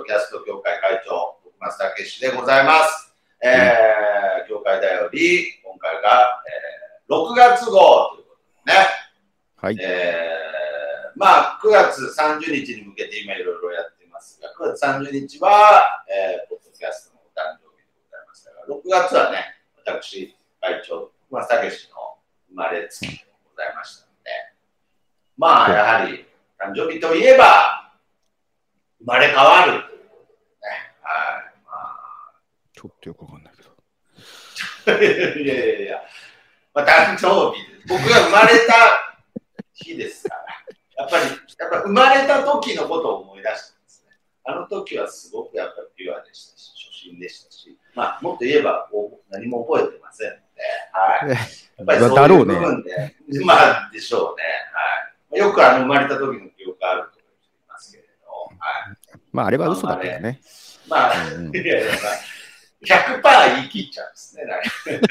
ポッドキャスト協会会長、徳松武史でございます。えー、協会だより、今回が、えー、6月号ということでね、はい。えーまあ、9月30日に向けて今いろいろやっていますが、9月30日は、えーポッドキャストのお誕生日でございましたが、6月はね、私、会長、福松武史の生まれ月でございましたので、まあ、やはり、誕生日といえば、生まれ変わるということでね。はいまあちょっとよくわかんないけど。 いやいやいや、まあ、誕生日です。僕が生まれた日ですから、やっぱり、やっぱ生まれた時のことを思い出したんですね。あの時はすごくやっぱりピュアでしたし、初心でしたし、まあ、もっと言えばこう何も覚えてませんので、はい。やっぱりそうだいろうう部ね。分で、まあ、でしょうね。はい。よくあの生まれた時の記憶があると思いますけれど、はい。まあ、あれは嘘だったよね。まあ、うんうんいやいや、まあ、100%言い切っちゃうんですね、なんか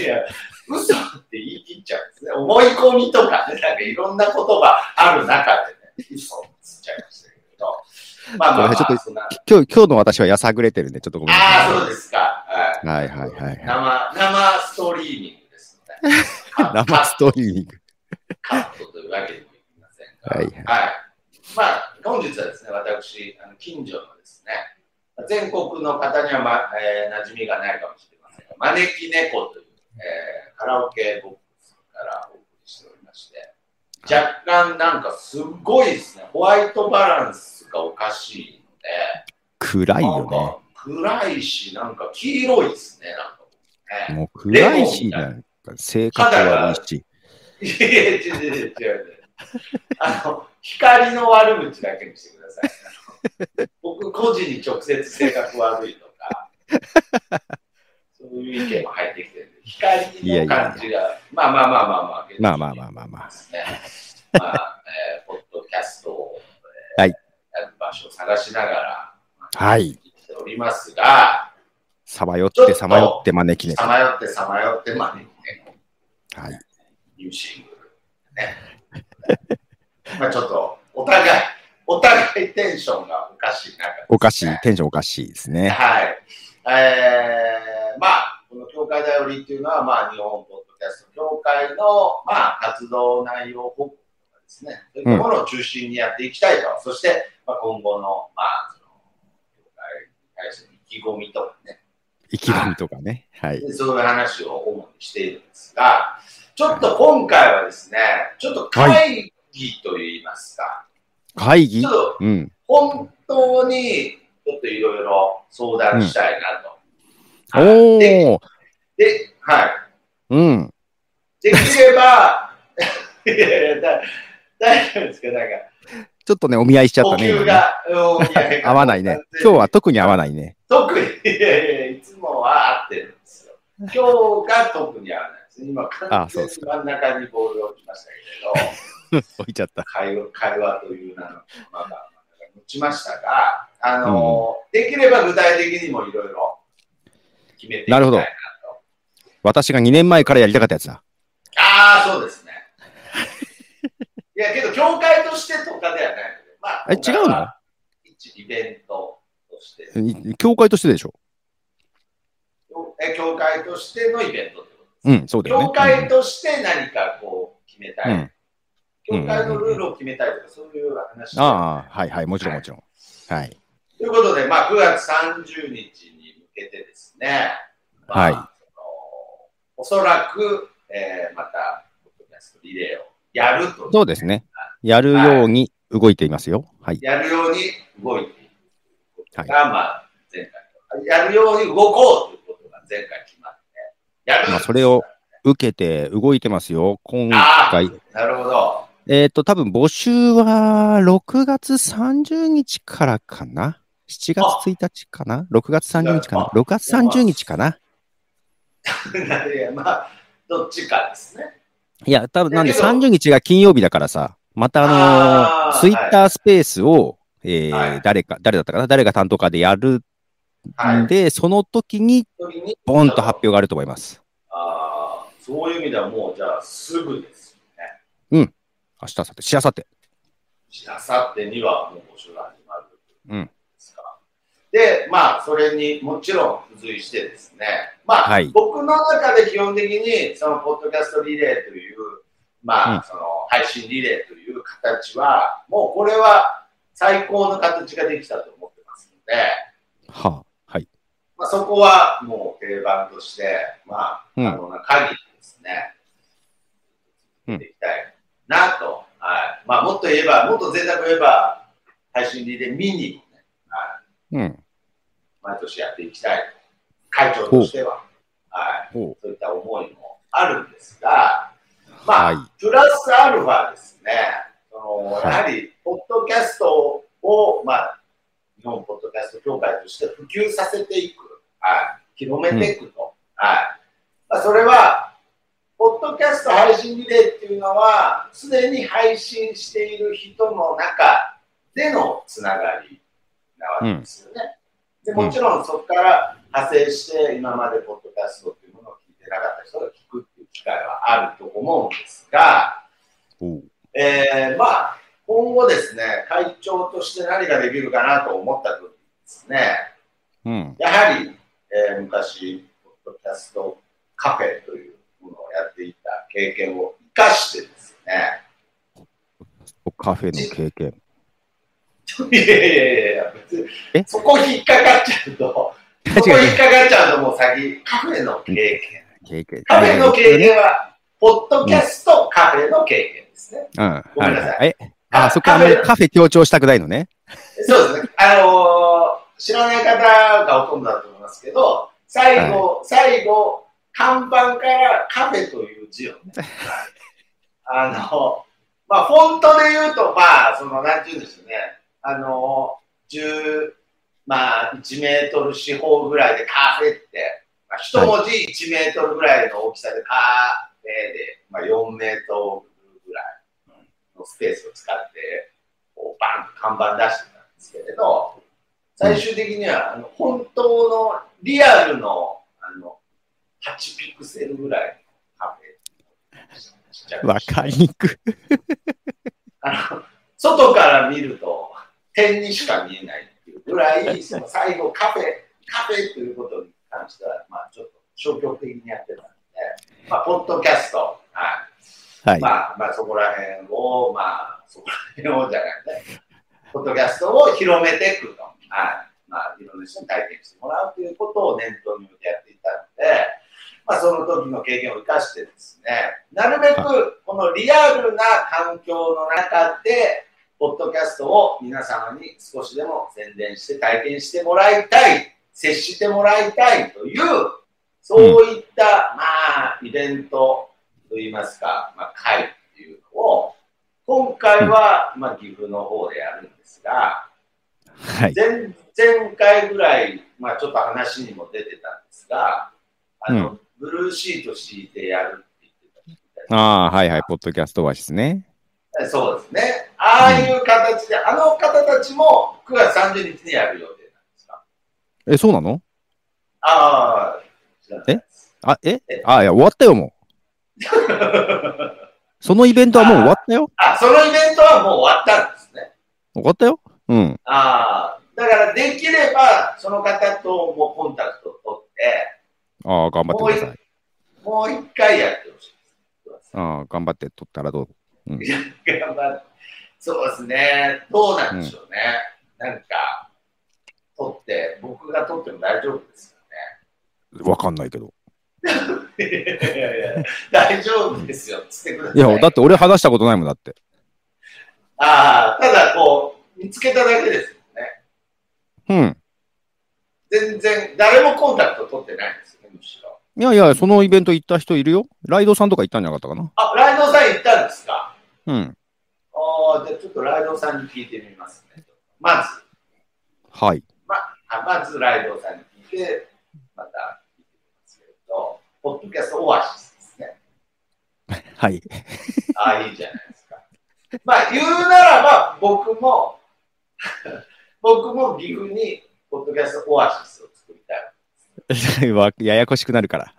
いや、嘘って言い切っちゃうんですね。思い込みとかね、なんかいろんな言葉ある中でね、嘘をつっちゃいましたけど。まあまあ、まごめんなさいちょあ、っそんな。今日、今日の私はやさぐれてるんで、ちょっとごめんなああ、そさ。うですか。はい。はいはいはいい。。生、生ストリーミングですので 生ストーリー。カットというわけにもいきませんが、はいまあ、本日はですね、私、あの近所のですね、全国の方には、まえー馴染みがないかもしれませんが、招き猫という、えーカラオケボックスからお送りしておりまして、若干なんかすごいですね、ホワイトバランスがおかしいので、暗いなんよか暗いし、なんか黄色いですね、なんかもうね。ね。もう暗いし、なんか性格悪いし。 いやいや、違う違う違う違う。あの、光の悪口だけにしてください。 あの僕個人に直接性格悪いとか、そういう意見も入ってきてるんで。光の感じが、まあまあまあまあまあ、まあまあまあまあまあ。ですね。まあ、えーポッドキャストを、えーはいやる場所を探しながら、まあはい。生きておりますが、さまよって、さまよって招きさ猫。まよってさまよってまで、ね、はい。ニューシングル。ね。 まあちょっと、お互い、お互いテンションがおかしい中、おかしい。テンションおかしいですね。はい。えー、まあ、この協会だよりっていうのは、まあ、日本ポッドキャスト協会の、まあ、活動内容報告とかですね、そういうところを中心にやっていきたいと、そして、まあ、今後の、まあ、その、協会に対する意気込みとかね、意気込みとかね。はい。でそういう話を主にしているんですが、ちょっと今回はですね、ちょっと会議といいますか、会ち議ょっとうん。本当にちょっといろいろ相談したいなと。おでー。で、はい。うん。できれば、 いやいやだ大丈夫ですか、なんか、ちょっとね、お見合いしちゃっ呼たね。吸今ねが、うんいやいや合わないね。今日は特に合わないね。特に、いやいや、いつもは合ってるんですよ。今日が特に合わないです。今、完あそ全うでにす真ん中にボールを置きましたけど、置いちゃった。会話会話という名の、まあまあ、持ちましたが、あのできれば具体的にもいろいろ決めていきたいななると。ほど私が2年前からやりたかったやつだ。ああ、そうですね。 いや、けど、教会としてとかではないので、まあ、え違うの今回は一イベントとして、い教会としてでしょ。え教会としてのイベントってことですねうん、そうだよね。教会として何かこう決めたい、うん教会のルールを決めたいとか、そういう話ではないああ、はいはい、もちろんもちろん。はい。ということで、まあ、9月30日に向けてですね、まあはいそのおそらく、えーまた、ポッドキャストリレーをやると、そうですね。やるように動いていますよ。はい。やるように動いていくことが、まあ、前回、やるように動こうということが前回決まって、やるまあそれを受けて動いてますよ。今あ回。あ、なるほど。 えっ、と、多分募集は6月30日からかな。7月1日かな ?6 月30日かなあ ?6 月30日かないや、まあ、どっちかですね。いや、多分なんでだけど30日が金曜日だからさ、またあのあーツイッタースペースを、えーはい誰か、誰だったかな誰が担当かでやるはい。んで、その時に時にボンと発表があると思います。ああ、そういう意味ではもう、じゃあ、すぐですね。明日、明後日、しあさって。しあさってにはもう募集が始まる。うん。で、まあ、それにもちろん付随してですね、まあ、はい僕の中で基本的に、その、ポッドキャストリレーという、まあ、うんその、配信リレーという形は、もうこれは最高の形ができたと思ってますので、はあ、はい。まあ、そこはもう定番として、まあ、うん可能な限りですね、うんできたいなと、はい。まあ、もっと言えば、もっと贅沢言えば、配信リレーミニもね、うん。毎年やっていきたい。会長としては、はい。ほそういった思いもあるんですが、う。まあ、はい。プラスアルファですね、そのはいやはり、ポッドキャストを、まあ、日本ポッドキャスト協会として普及させていく、はい、広めていくと、はいまあ、それは、ポッドキャスト配信リレーっていうのは、すでに配信している人の中でのつながりなわけですよね。でもちろんそこから派生して、今までポッドキャストっていうものを聞いてなかった人が聞くっていう機会はあると思うんですが、ほう。えーまあ、今後ですね、会長として何ができるかなと思った時にですね、うん。やはり、えー昔、ポッドキャストカフェというものをやっていた経験を生かしてですね、 カフェの経験。いやいやいや、別にえそこ引っかかっちゃう と、そこ引っかかっちゃうともう先、カフェの経験。経験。カフェの経験は、ポッドキャストカフェの経験ですね。うん。はいごめんなさいはい。えあ、そこあんカまフェりカフェ強調したくないのね。そうですね。あのー知らない方がほとんどだと思いますけど、最後、最後、看板からカフェという字をね、あの、まあ、フォントで言うと、まあ、その、なんて言うんでしょうね、あの10、まあ、1メートル四方ぐらいでカフェって、まあ、一文字1メートルぐらいの大きさでカフェで、まあ、4メートルぐらいのスペースを使って、こうバンと看板出してたんですけれど、最終的には、あの本当のリアルのあの8ピクセルぐらいのカフェちっちゃくしてわかりにく。あの外から見ると点にしか見えないっていうぐらい、その最後カフェ、カフェということに関しては、まあちょっと消極的にやってたんで、まあ、ポッドキャスト、はいはい。まあ、まあそこら辺を、まあそこら辺をじゃなくて、ポッドキャストを広めていくと、はいまあ、いろんな人に体験してもらうということを念頭に置いてやっていたので、まあ、その時の経験を生かしてですね、なるべくこのリアルな環境の中で、ポッドキャストを皆様に少しでも宣伝して体験してもらいたい、接してもらいたいという、そういった、まあ、イベントといいますか、まあ、会っていうのを、今回は、まあ、岐阜の方でやるんですが、はい。前前回ぐらい、まあ、ちょっと話にも出てたんですが、あのブルーシート敷いてやるって言ってたみたいああー、はいはい。ポッドキャストオアシスね。なそうですね、ああいう形で、あの方たちも9月30日にやる予定なんですか。え、そうなのああ、知らないです。あ、ええあ、いや、終わったよ、も う。そのイベントはもう終わったよ。あそのイベントはもう終わったんですね。終わったよ。うん。ああだからできれば、その方ともコンタクトを取って、ああ、頑張ってください。もう一回やってほしいです。ああ、頑張って撮ったらどう頑張ってそうですね、どうなんでしょうね、なんか、撮って、僕が撮っても大丈夫ですわかんないけど。よね。いやいやいや大丈夫ですよ、つってくださいい。や、だって俺話したことないもんだって。ああただこう、見つけただけですよね、うん。全然、誰もコンタクト取ってないんですよね、むしろ。いやいや、そのイベント行った人いるよ。ライドさんとか行ったんじゃなかったかな。あライドさん行ったんですか。うん。ああじゃあちょっとライドさんに聞いてみますね。まず、はい。あまずライドさんに聞いて、また聞いてみますけれど、ポッドキャストオアシスですね。はい。ああ、いいじゃないですか。まあ、言うならば、僕も、僕も岐阜に、ポッドキャストオアシスを作りた わややこしくなるから。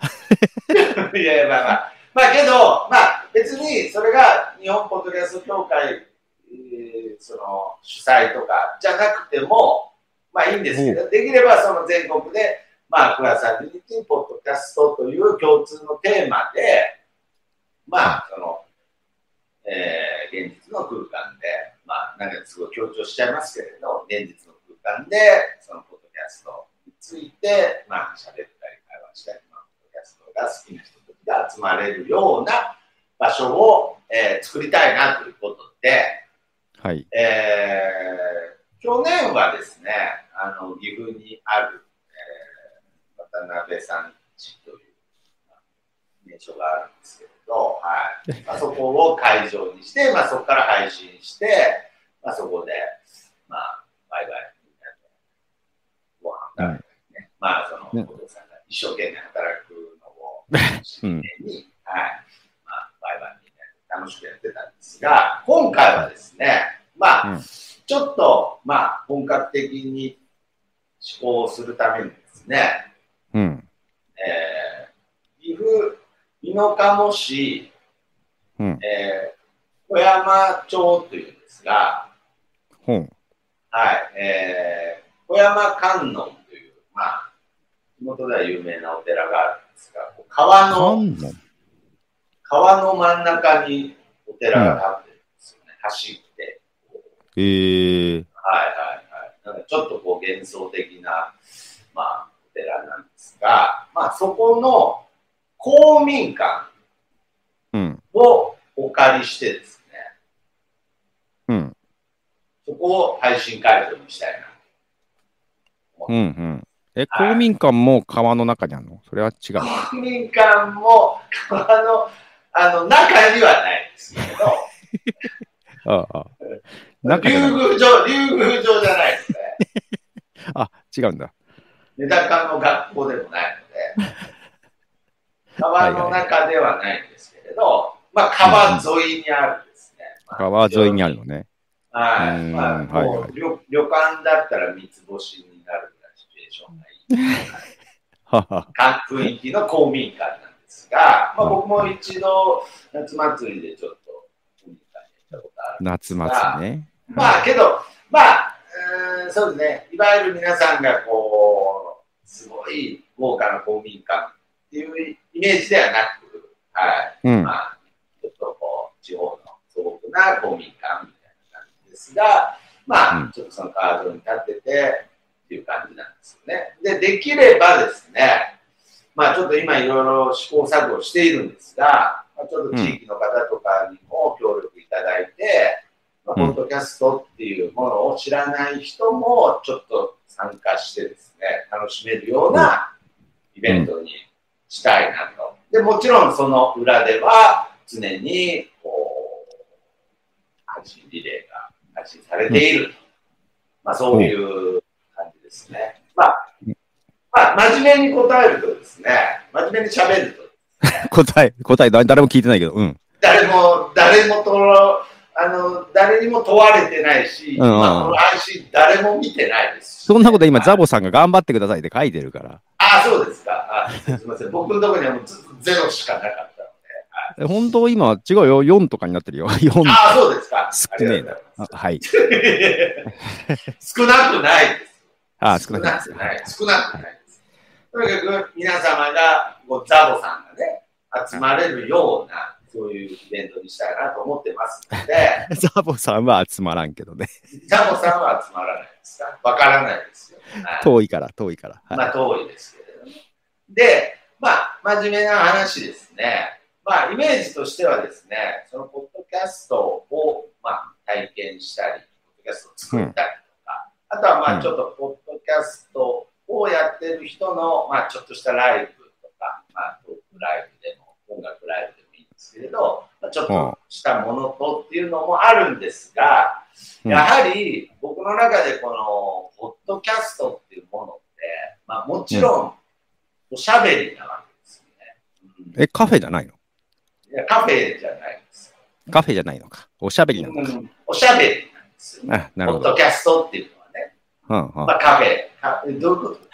い。いやいや、まあまあ。まあ、けど、まあ、別に、それが日本ポッドキャスト協会、えーその、主催とかじゃなくても、まあいいんですけど、できればその全国で、まあ、9月30日にポッドキャストという共通のテーマで、まあ、その、えー現実の空間で、まあ、なんかすごい強調しちゃいますけれど、現実の空間で、そのポッドキャストについて、まあ、喋ったり、会話したり、まあ、ポッドキャストが好きな人たちが集まれるような場所を、えー作りたいなということで、はい。えー去年はですね、あの岐阜にある、えー渡辺さんちというまあ名所があるんですけれど、はいまあ、そこを会場にして、まあ、そこから配信して、まあ、そこで、まあ、バイバイみんなでご飯食べたりね、まあ、その、ねお父さんが一生懸命働くのを、うんに、はい、まあ、バイバイみんなで楽しくやってたんですが、今回はですね、まあ、うんちょっと、まあ、本格的に試行するためにですね、うん。えー岐阜、美濃加茂市、うん。えー小山町というんですが、ほん。はい、えー小山観音という、まあ、地元では有名なお寺があるんですが、こう川の観音。川の真ん中にお寺が建ってるんですよね、走って。ええはいはいはい。なんかちょっとこう幻想的な、まあ、お寺なんですが、まあそこの公民館うん。をお借りしてですね、うん。そこを配信会場にしたいな。うん。うん。え、公民館も川の中にあるのそれは違う。公民館も川のあの中にはないんですけ ど、ああ。中じ竜ゃない。宮城、竜宮城じゃないですね。あ、違うんだ。メダカの学校でもないので、川の中ではないんですけれど、まあ川沿いにあるんですね。まあ川沿いにあるのね。はうい。んまあ、はいもはうい旅旅館だったら三つ星になるぐらいシチュエーションがいい。 はは。か雰囲気の公民館なんですが、まあうん僕も一度夏祭りでちょっと公民館に行ったことある。夏祭りね。まあけど、まあ、うーんそうですね、いわゆる皆さんがこう、すごい豪華な公民館っていうイメージではなく、はい、うん。まあ、ちょっとこう、地方の素朴な公民館みたいな感じですが、まうあ、ちょっとその川沿いに立っててっていう感じなんですよね。で、できればですね、まあちょっと今いろいろ試行錯誤しているんですが、まあ、ちょっと地域の方とかにも協力いただいて、まあ、ポうんッドキャストっていうものを知らない人もちょっと参加してですね、楽しめるようなイベントにしたいなと。で、もちろんその裏では常にこう、配信リレーが配信されていると。まあそういう感じですね。まあ、まあ真面目に答えるとですね、真面目に喋ると、答え、答え、だ誰も聞いてないけど。うん。誰も、誰もとろ、あの、誰にも問われてないし、うんうんうんまあ、この配信誰も見てないですしそんなこと今、ザボ。ボさんが頑張ってくださいって書いてるから。ああ、そうですか。あすみません。僕のところにはもうずっとゼロしかなかったので。え本当今、違うよ。4とかになっ てるよ。4。ああ、そうですか。少ねあえなりがとうございますあはい。少なくないです。あ、少ない。なくない。少なくないです。とにかく皆様が、こうザボさんがね、集まれるような、そういうイベントにしたいなと思ってますので、ザボさんは集まらんけどね。ザボさんは集まらないですかわからないですよ。はい遠いから、遠いから。はまあ遠いですけれどね。で、まあ真面目な話ですね。まあイメージとしてはですね、そのポッドキャストを、まあ、体験したり、ポッドキャストを作ったりとか、あとはまうあんちょっとポッドキャストをやってる人の、まあちょっとしたライブとか、まあトークライブでも音楽ライブでもいいんですけれど、まあ、ちょっとしたものとっていうのもあるんですが、うんやはり僕の中でこのポッドキャストっていうものって、まあ、もちろんおしゃべりなわけですよね。い。え、カフェじゃないのうんいやカフェじゃないんですカフェじゃないのか。おしゃべりよ、なのか。うんおしゃべりなんですよね。あ、なるポッほドど。キャストっていうのはね、うんうんまあ、カフェカフェ、どういうことで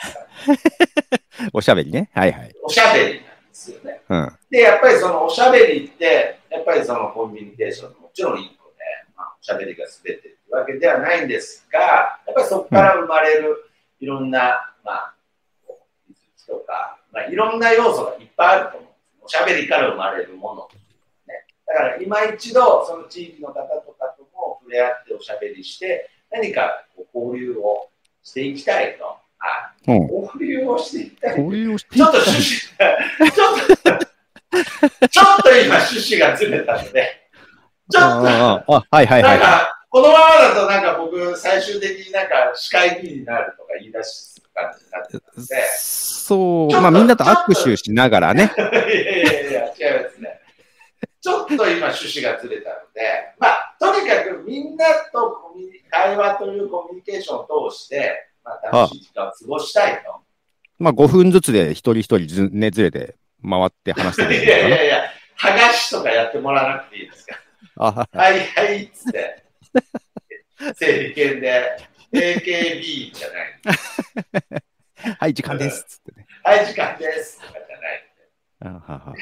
すかおしゃべりね。はいはい。おしゃべりなんですよね。うん。で、やっぱりそのおしゃべりって、やっぱりそのコミュニケーションのもちろん一個で、まあ、おしゃべりが全てってわけではないんですが、やっぱりそこから生まれる、いろんな、まあ、とか、まあ、いろんな要素がいっぱいあると思う。おしゃべりから生まれるもの。ね、だから今一度、その地域の方とかとも触れ合っておしゃべりして、何かこう交流をしていきたいと。あうん交流をしていきたい。交流をしていちょっったと趣旨、ちょっと、ちょっと今趣旨がずれた ので、ちょっと、あああはいはいはないん。か、このままだとなんか僕、最終的になんか司会議員になるとか言い出す感じにな ってそう、ちょっとまあみんなと握手しながらね。いやいやいや、違いますね。ちょっと今、趣旨がずれたので、まあ、とにかくみんなとコミュニ会話というコミュニケーションを通して、まあ、楽しい時間を過ごしたいと。まあ5分ずつで一人一人ずねずれて回って話していくやいれやるのいやかいや、剥がしとかやってもらわなくていいですか。な。あはいはいっつって、整理券で、AKB じゃない。はい、時間です。つってね。はい、時間ですとかじゃない。あははは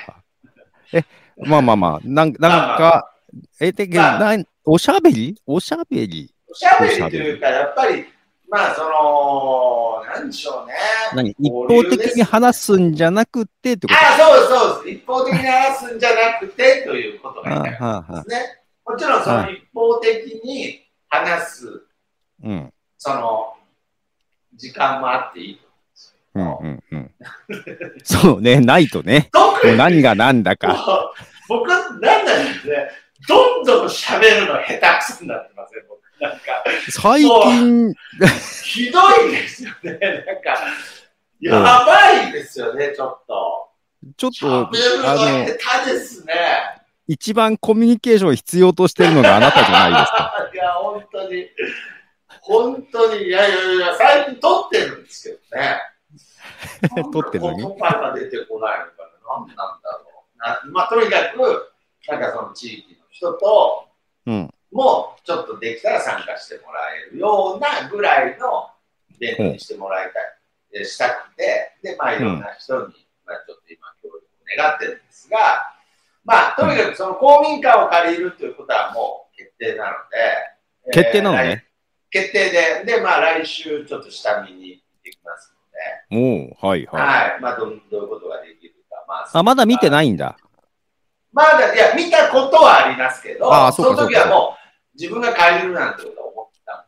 え、まあまあまあ、なんなんか、え、てけど、まあなんおしゃべりおしゃべりおしゃべりというか、やっぱり、まあ、その、なんでしょうね。何一交方流です的に話すんじゃなくてってことああ、そうです、そうです。一方的に話すんじゃなくてということがあ言いたいはであはあすね。もちろんその一方的に話す、うん。その、時間もあっていい。うんうんうん。そうね、ないとね。特もうに、何が何だか。僕、なんだろうね、どんどん喋るの下手くそになってません、僕。なんか、最近、ひどいですよね。なんか、やばいですよね、ちょっと。ちょっ喋と、るのあの、下手ですね。一番コミュニケーションを必要としてるのがあなたじゃないですか。いや、本当に、本当に、いやいやいや、最近撮ってるんですけどね。 撮ってるのに言葉が出てこないのから、なんなんだろうな。まあ、とにかく、なんかその地域の人とうん。も、ちょっとできたら参加してもらえるようなぐらいのイベントにしてもらいたい、でしたくて、で、まあ、いろんな人に、まあ、ちょっと今、協力を願ってるんですが、まあ、とにかくその公民館を借りるということはもう決定なので、決定なのえーね。決定で、で、まあ来週ちょっと下見に行ってきますもう、はいので、はい。はい、まあどんどういうことができるか、まあ、あ、まだ見ていないんだ。まだ、いや、見たことはありますけど、あーそそうかの時はもう自分が帰るなんてことは思ってたの。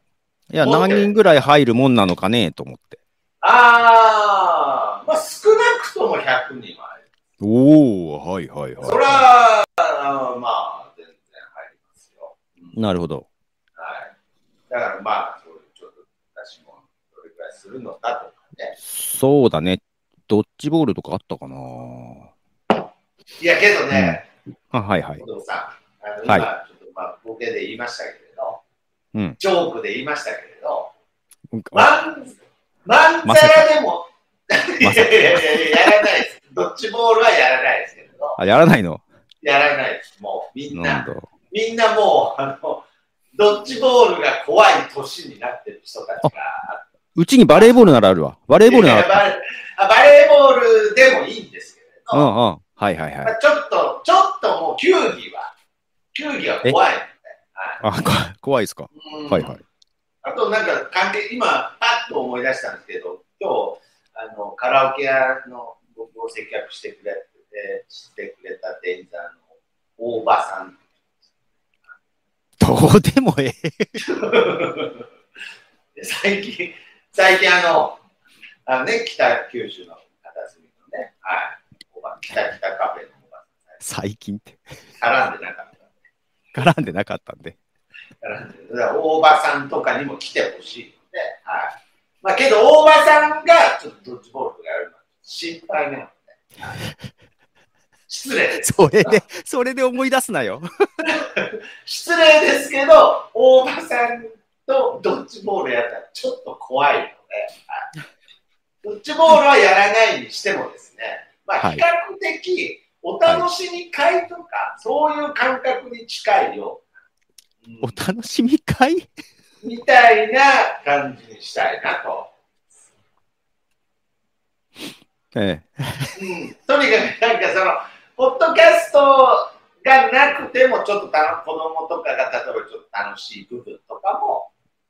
いや、そうだ何よ人ぐらい入るもんなのかねと思って。ああ、まあ少なくとも100人はある。おおはいはいはい。それは、あーまあ全然入りますよ。うんなるほど。はい。だからまあ、そういうちょっと私もどれくらいするのかとかね。そうだね。ドッジボールとかあったかなあ、いや、けどね、うんはいはい。工藤さん、あの今、はいちょっとまあ、ボケで言いましたけれど、うんジョークで言いましたけれど、うんあ漫漫まさ才でも、いやまいさやかいやいや、やらないです。ドッジボールはやらないですけれど、あ、やらないのやらないです。もう、みんなんな、だ。みんなもう、あの、ドッジボールが怖い年になってる人たちが、うちにバレーボールならあるわ。バレーボールいなやらバレあバレーボールでもいいんですけれうど、んうん。はいはいはまあ、い。ちょっと、ちょっともう球技は、球技は怖いので、あ、こ怖いですかうんはいはい。あとなんか関係、今、パッと思い出したんですけど、今日、あのカラオケ屋の僕を接客してくれて、してくれた店員さんの大場さん。どうでもええ。で最近、最近あの、あのね、北九州の片隅のね、はい、大場北北カフェの大場最近って。さん、絡んでなかっ絡んでなかったんで。た。絡んでだから大場さんとかにも来てほしいので、はい。まあ、けど大場さんがちょっとドッジボールとかやるのは心配なので、失礼です。それで、それで思い出すなよ。失礼ですけど、大場さんとドッジボールやったらちょっと怖いので、はいドッジボールはやらないにしてもですね、まあ、はい比較的お楽しみ会とか、そういう感覚に近いような、お楽しみ会うんみたいな感じにしたいなと。ええ。うんとにかくなんかその、ポッドキャストがなくても、ちょっとたの子供とかが例えばちょっと楽しい部分とかも、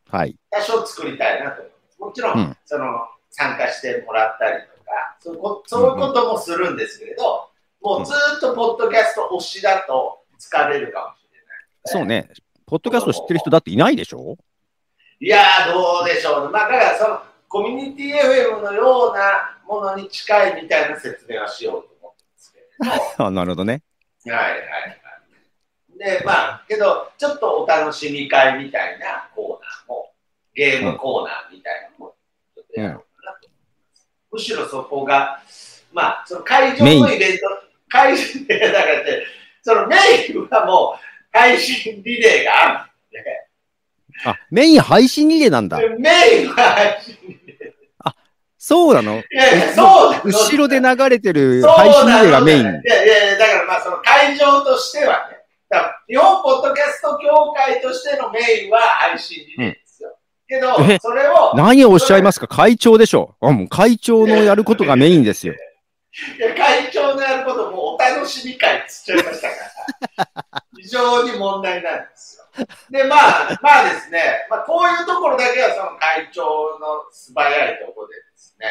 はい。多少作りたいなと思います。もちろん、うんその参加してもらったりとかそういうこそういうこともするんですけれど、もうずーっとポッドキャスト推しだと疲れるかもしれない。そうね。ポッドキャスト知ってる人だっていないでしょいやー、どうでしょうね。まあ、だからそのコミュニティ FM のようなものに近いみたいな説明はしようと思ってますけれど。あなるほどね。はいはいはい。で、まあ、けど、ちょっとお楽しみ会みたいなコーナーも、ゲームコーナーみたいなのも、ちょっとやろうかなと思います。むしろそこが、まあ、その会場メインのイベント、会場で、だからって、そのメインはもう、配信リレーがああ、メイン配信リレーなんだ。る。メインは配信リレー。そうなのいやいやそうなの後ろで流れてるそう配信リなレーがのメイいン。やいやいや、だからまあその会場としてはね、だから日本ポッドキャスト協会としてのメインは配信リレーですよ。けどえ、それを、何をおっしゃいますか会長でしょあ、もう会長のやることがメインですよ。いや会長のやることもうお楽しみ会っつっちゃいました から、非常に問題なんですよ。で、まあ、まあですね、まあ、こういうところだけはその会長の素早いところでですね、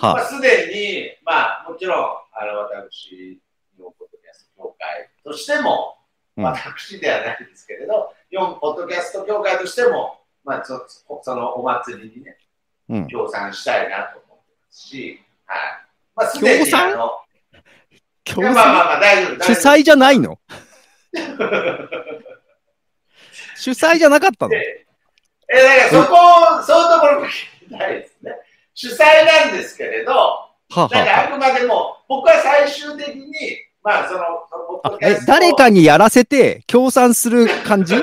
まあ、はすでに、まあ、もちろん、あの、私、日本ポッドキャスト協会としても、うん私ではないですけれど、日本ポッドキャスト協会としても、まあ、そそのお祭りにね、い。うん。協賛したいなと思ってますし、はい。まあ、すで協に、あ賛の、い協やまあまあ賛まあ、大丈夫、主大丈夫。催じゃない の主催じゃなかったのでえ、だからそこを、そういうところも聞きたいですね。主催なんですけれど、はあだかはらあくまでも、僕は最終的に、まあ、その、そのポあッドあキャえストを誰かにやらせて協賛する感じ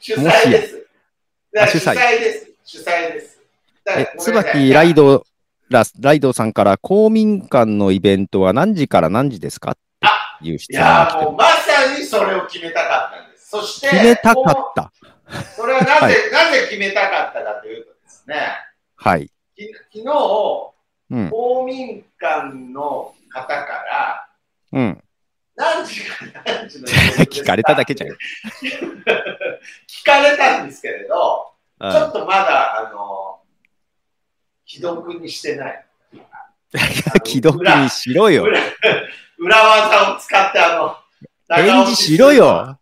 主催です。だあから主主催催です。主催です。だからえごめんなさい椿ライドラライドさんから公民館のイベントは何時から何時ですかっていう質い問がや来てもうるまさにそれを決めたかったんです。そして、決めたかこっうた。それは なぜ、なぜ決めたかったかというとですね、はい。き昨日、うん。公民館の方から、うん。 何時から何時の聞かれただけじゃん。聞かれたんですけれど、ちょあっとまだ、あの、既読にしてない。既読にしろよ。裏裏技を使って、あの、返事しろよ。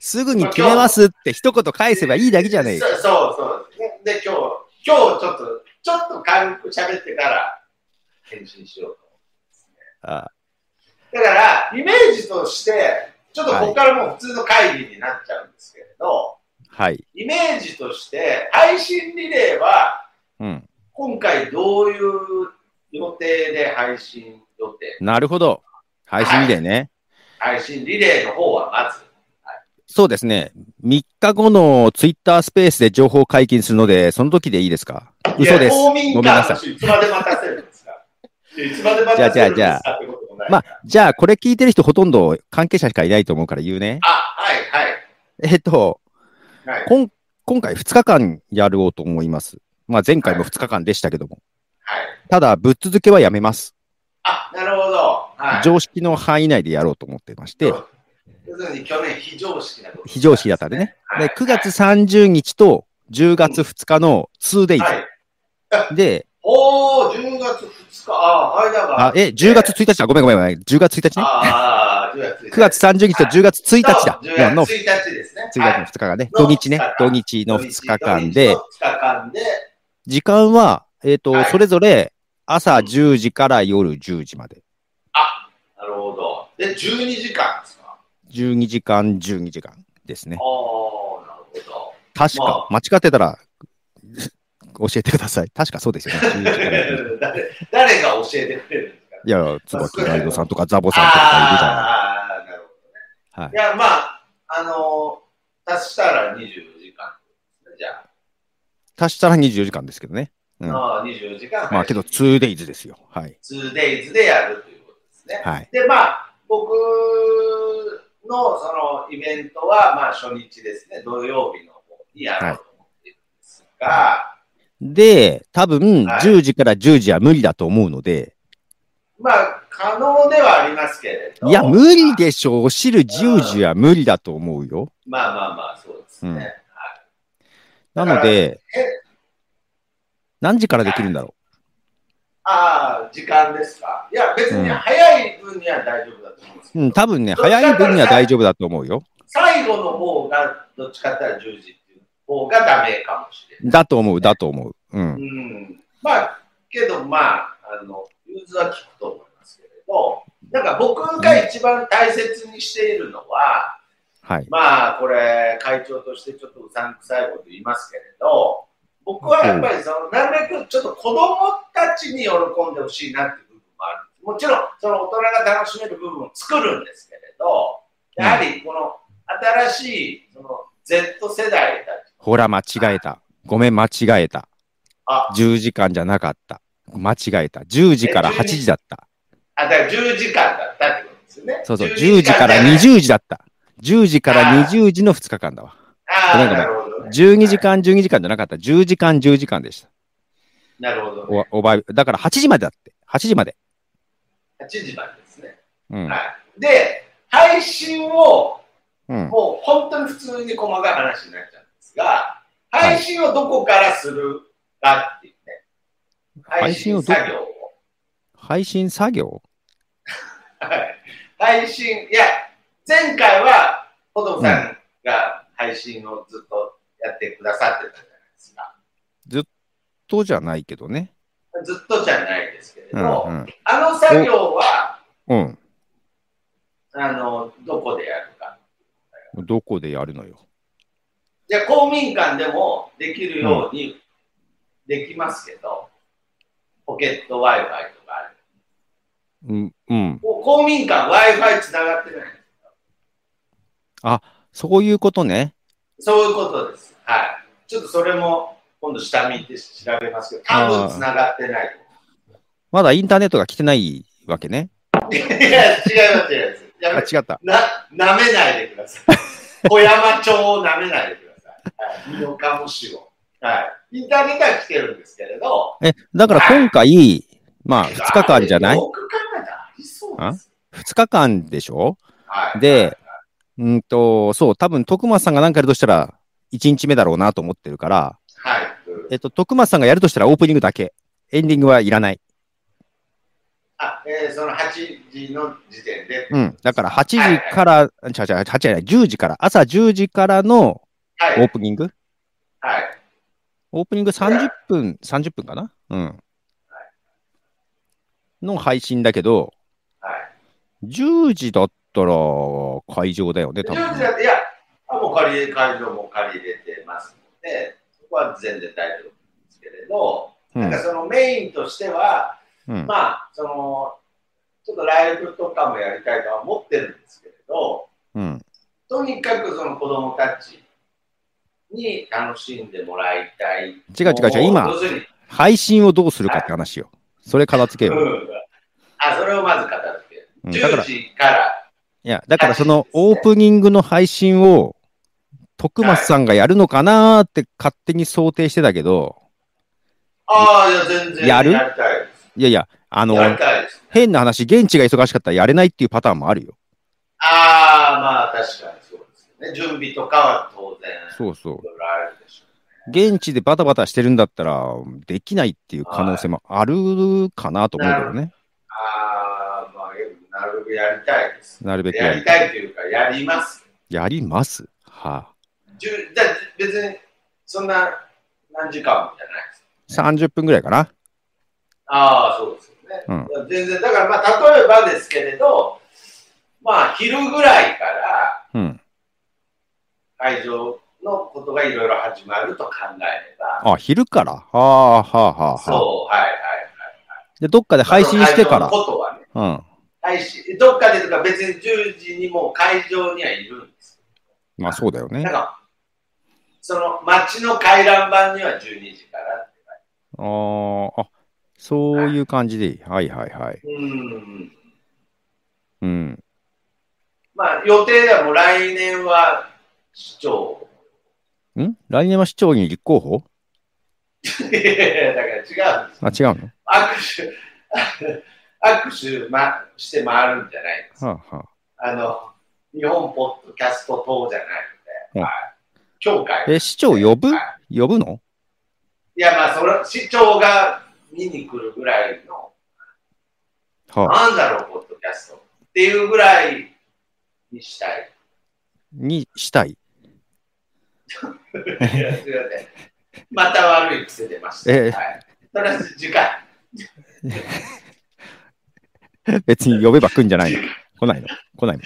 すぐに決めますって一言返せばいいだけじゃねえそ うか。そうそうですね。で、今日、今日ちょっと、ちょっと軽く喋ってから、返信しようあと。だから、イメージとして、ちょっとここからもう普通の会議になっちゃうんですけれど、はい。イメージとして、配信リレーは、うん。今回どういう予定で配信予定、なるほど。配信でね。配信リレーの方はまず、そうですね。3日後のツイッタースペースで情報解禁するので、その時でいいですか嘘いやです。公民ごめんな館さいの。人いつまで待たせるんですかいやいつまで待たせるんですかってこともないまあ、じゃあ、これ聞いてる人ほとんど関係者しかいないと思うから言うね。 あ、はい、はい。えっと、はい、こん今回2日間やろうと思います。まあ、前回も2日間でしたけども。はい。ただ、ぶっ続けはやめます。あ、なるほど。はい。常識の範囲内でやろうと思ってまして、要するに去年非常識なこと、非常識だったんでね。はい。で9月30日と10月2日の 2days はい。はい、で、おお、10月2日。あ、間が。あ、え、10月1日だ。ごめんごめんごめん。10月1日ね。ああ、10月1日。 9月30日と10月1日だ。そう10の月1 1日ですね。日の2日間ね。はい土日ねの。土日の2日間で2、日間で、時間は、えっ、と、はいそれぞれ朝10時から夜10時まで。なるほど。で、12時間ですか。 12時間、12時間ですねあ。あ、なるほど。 確か、間違ってたら、教えてください。確かそうですよね。12時から夜誰誰が教えてくれるんですかいや、椿ライドさんとかザボさんとかいるじゃああ、なるほない。はど。いい。や、まあ、あのー、足したら24時間。じゃあ、足したら24時間ですけどね。うんああ24時間。まあけど 2days ですよ。はい。 2days でやるということですね。はい。で、まあ、僕のそのイベントは、まあ、初日ですね、土曜日の方にやろうと思っているんですが、で、多分はい10時から10時は無理だと思うので、まあ、可能ではありますけれど。いや、無理でしょう。お汁10時は無理だと思うよ。まあまあまあ、そうですね。うんはいなので、何時からできるんだろああ、時間ですか。いや、別に早い分には大丈夫だと思いますけう。ど、うん、多分ね、早い分には大丈夫だと思うよ。最後の方が、どっちかって言ったら10時っていう方がダメかもしれない。だと思う、だと思う。うん。うん、まあ、けど、まあ、あの、融通は聞くと思いますけれど、なんか僕が一番大切にしているのは、はい。まあ、これ、会長としてちょっとうさんくさいこと言いますけれど、僕はやっぱりその、なるべくちょっと子供たちに喜んでほしいなっていう部分もある。もちろん、その大人が楽しめる部分を作るんですけれど、やはりこの新しい、その Z 世代たち、ほら、間違えた。ごめん、間違えた。あ、 10時間じゃなかった。間違えた。10時から8時だった。あ、だから10時間だったってことですよね。そうそう、10時から間じゃない。 20時だった。10時から20時の2日間だわ。あごめあ、んごめんなるほどね。 12時間、12時間じゃなかった。10時間、10時間でした。なるほど、ね。おおばだから8時までだって。8時まで。 8時までですね。うん。はい。で、配信を、うん。もう本当に普通に細かい話になっちゃうんですが、配信をどこからするかっていうね、配配信信をど作業を。配信作業はい 配信、いや、前回は、子供さんが配信をずっとやってくださってたじゃないですか。とじゃないけどね。ずっとじゃないですけれど、うん。あの作業は、うん。あの、どこでやるか。うん、どこでやるのよ。いや、公民館でもできるようにできますけど、ポケット Wi-Fi とかあるうん。うん。もう公民館、Wi-Fi つながってない。そういうことね。そういうことです。はい。ちょっとそれも今度下見行って調べますけど、多分つながってない。まだインターネットが来てないわけね。いや、違います、違います。やあ、め違った。な、舐めないでくださ い。小山町を舐めないでください。はい。三岡市を。はい。インターネットは来てるんですけれど、え、だから今回、まあ、2日間じゃないよく考えたらありそうです。 ?2 日間でしょはい。で、うんと、そう、多分徳間さんが何かやるとしたら、1日目だろうなと思ってるから、はい。えっと、徳間さんがやるとしたらオープニングだけ。エンディングはいらない。あ、えーその8時の時点で。うん。だから8はい時から、ちゃちゃ、8じゃない、10時から、朝10時からのはオーい。プニングはい。オープニング30分、30分かなうん。の配信だけど、はい。 10時だったら会場だよね、多10分時ね。だって、いや、あもう借り入れ会場も借り入れてますので、そこは全然大丈夫なんですけれど、なんかそのメインとしては、うん。うん。まあ、その、ちょっとライブとかもやりたいとは思ってるんですけれど、うん。とにかくその子供たちに楽しんでもらいたい。違う違う違う違う、今要、するに、配信をどうするかって話よ。それ片付けよう。うんあ、それをまず語って、うん、だか10ら、い時から、や、だからその8時ですねオープニングの配信を、徳松さんがやるのかなーって勝手に想定してたけど、ああ、いや、全然やるやりたいです。いやいや、あの、やりたいです。変な話、現地が忙しかったらやれないっていうパターンもあるよ。ああ、まあ確かにそうですよね。準備とかは当然、そうそいろいろあるでしょう。現地でバタバタしてるんだったら、できないっていう可能性もあるかなと思うけどね。う。ああ、まあ、なるべくやりたいです。なるべくややりりたいというか、やります。やります。はじゅだ別に、そんな何時間もじゃないです。あ、30分ぐらいかな。ああ、そうですよね。うん全然、だからまあ、例えばですけれど、まあ、昼ぐらいからうん。会場のことがいろいろ始まると考えれば、あ、昼から。はあ、はあ、はあ、はあ。そう、はいはい。で、どっかで配信してから会場。のことはねうん。配信、どっかでとか別に10時にもう会場にはいるんですまあそうだよよ。なんね。か、その街の回覧板には12時から。あーあ、そういう感じでいい。はいはいはい。うん。うん。まあ予定ではもう来年は市長。 ん来年は市長に立候補いやいやだから違うんです。あ、違うの握手、握手、ま、して回るんじゃないんです。はあはあ。あの、日本ポッドキャスト等じゃないので。うんはい協会。え、市長呼ぶはい呼ぶのいや、まあ、それ、市長が見に来るぐらいの、はあ、なんだろう、ポッドキャストっていうぐらいにしたい。にしたい。いやすいません。また悪い癖出ました。ええはい。とりあえず、次回。別に呼べば来んじゃないの来ないの来ない呼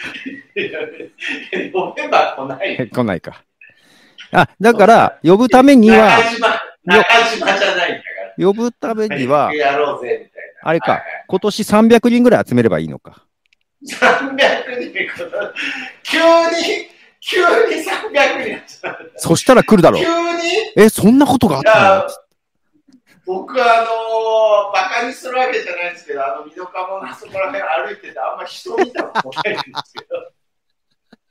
べば来ないよ。の来ないか。あ、だから、呼ぶために中は、島、中島じゃないんだから。呼ぶためには、やろうぜ、みたいな。あれはいか、今年300人ぐらい集めればいいのか。 300人こと急に、急に300人そしたら来るだろう急。にえ、そんなことがあっいやた僕はあのー、バカにするわけじゃないんですけど、あの、美濃加茂のあそこら辺歩いてて、あんま人見たことないんです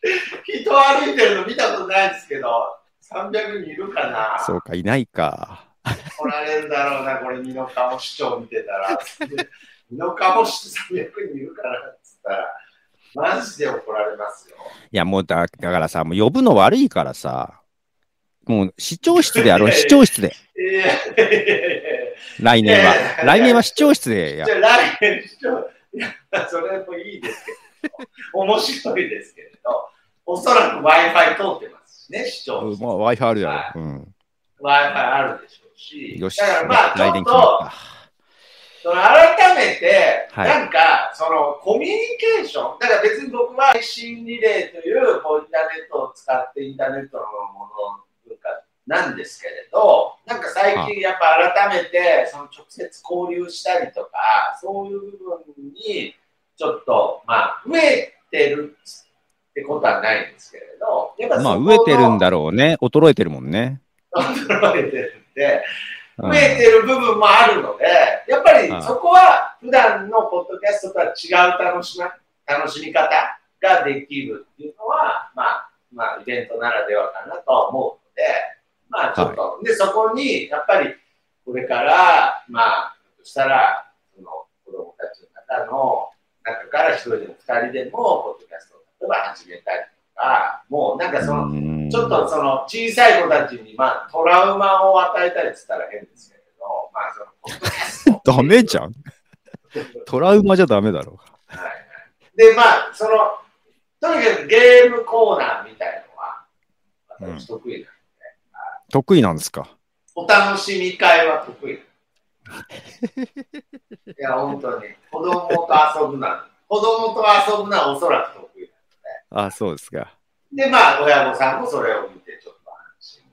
けど、人歩いてるの見たことないんですけど、300人いるかなのそうか、いないか。来られるだろうな、これ、美濃加茂市長見てたら。美濃加茂市300人いるかなって言ったら、マジで怒られますよ。いや、もうだ、だからさ、もう呼ぶの悪いからさ、もう市長室でやろう、いやいや市長室で。いやいやいやいや来年いやいやいは。や来年は市長室でやじ。ゃあ来年市長、いやそれもいいですけど、面白いですけれど、おそらく Wi-Fi 通ってますしね、市長。うんまあ、Wi-Fi あるだろう。うん。 Wi-Fi あるでしょうし、よし、だからまあち来ょ年っ決まっと、た。その改めて、はいなんか、そのコミュニケーション、だから別に僕は配信リレーというこうインターネットを使ってインターネットのもの文化なんですけれど、なんか最近やっぱ改めて、その直接交流したりとか、そういう部分にちょっと、まあ、増えてるってことはないんですけれど、やっぱそまあ、この飢えてるん。 だろうね。衰えてるもんね。衰えてるんで、うん増えてる部分もあるので、やっぱりそこは普段のポッドキャストとは違う楽しな楽しみ方ができるっていうのは、まあ、まあ、イベントならではかなとは思うので、まあ、ちょっと、で、そこに、やっぱり、これから、まあ、ひょっとしたら、その子供たちの中の中から一人でも二人でも、ポッドキャストを例えば始めたりとか、もうなんかその、うんちょっとその小さい子たちに、まあ、トラウマを与えたりって言ったら変ですけれど、まあ、そのポッドキャスト ダメじゃん。トラウマじゃダメだろはいはいで、まあ、その、とにかくゲームコーナーみたいのは、私得意な、う。得意なんですか。お楽しみ会は得 意ないや、本当に。子供と遊ぶな。子供と遊ぶな、おそらく得意あ、そうですか。な。で、まあ、親御さんもそれを見て、ちょっと安心。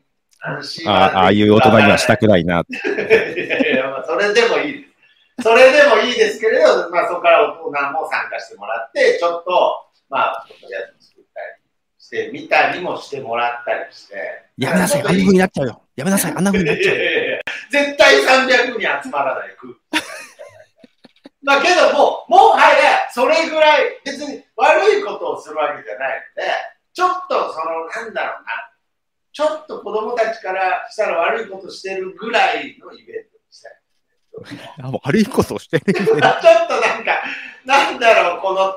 安心あはあああいう大人にはしたくないな。いやいやまあそれでもいいです。それでもいいですけれど、まあ、そこから大人も参加してもらって、ちょっと、まあ、とりあえず作ったりして、見たりもしてもらったりして。やめなさ い、あんな風になっちゃうよ。やめなさい、あんな風になっいちゃやうい よ。やいや絶対300人集まらない空気まあけどもう、もはやそれぐらい、別に悪いことをするわけじゃないので、ちょっとその、なんだろうな、ちょっと子供たちからしたら悪いことしてるぐらいのイベントにしたい。あもう悪いことをして る。ちょっとなんか、なんだろう、この、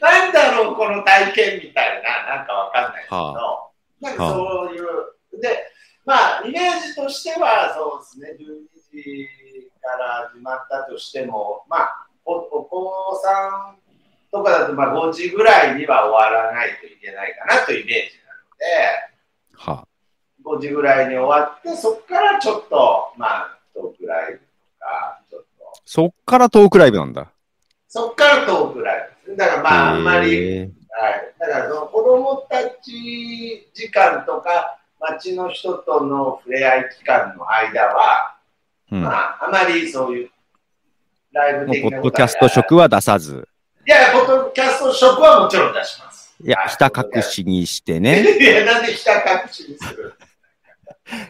なんだろう、この体験みたいな、なんかわかんないけど、はなんかそういう、で、まあ、イメージとしては、そうですね、12時から始まったとしても、まあ、おお子さんとかだと、まあ、5時ぐらいには終わらないといけないかなというイメージなので、は5時ぐらいに終わって、そこからちょっと、まあ、トークライブとか、ちょっと、そっからトークライブなんだ。そっからトークライブですね。だからまあ、あんまり、へーはい、だからその子供たち時間とか、町の人との触れ合い期間の間は、うん。もまあ、あまりそういうライブう的ポなッこドとキはャストやら色は出さず。ないいや、ポッドキャスト職はもちろん出します。いやは、いひた隠しにしてね。 いや、なんでひた隠しにする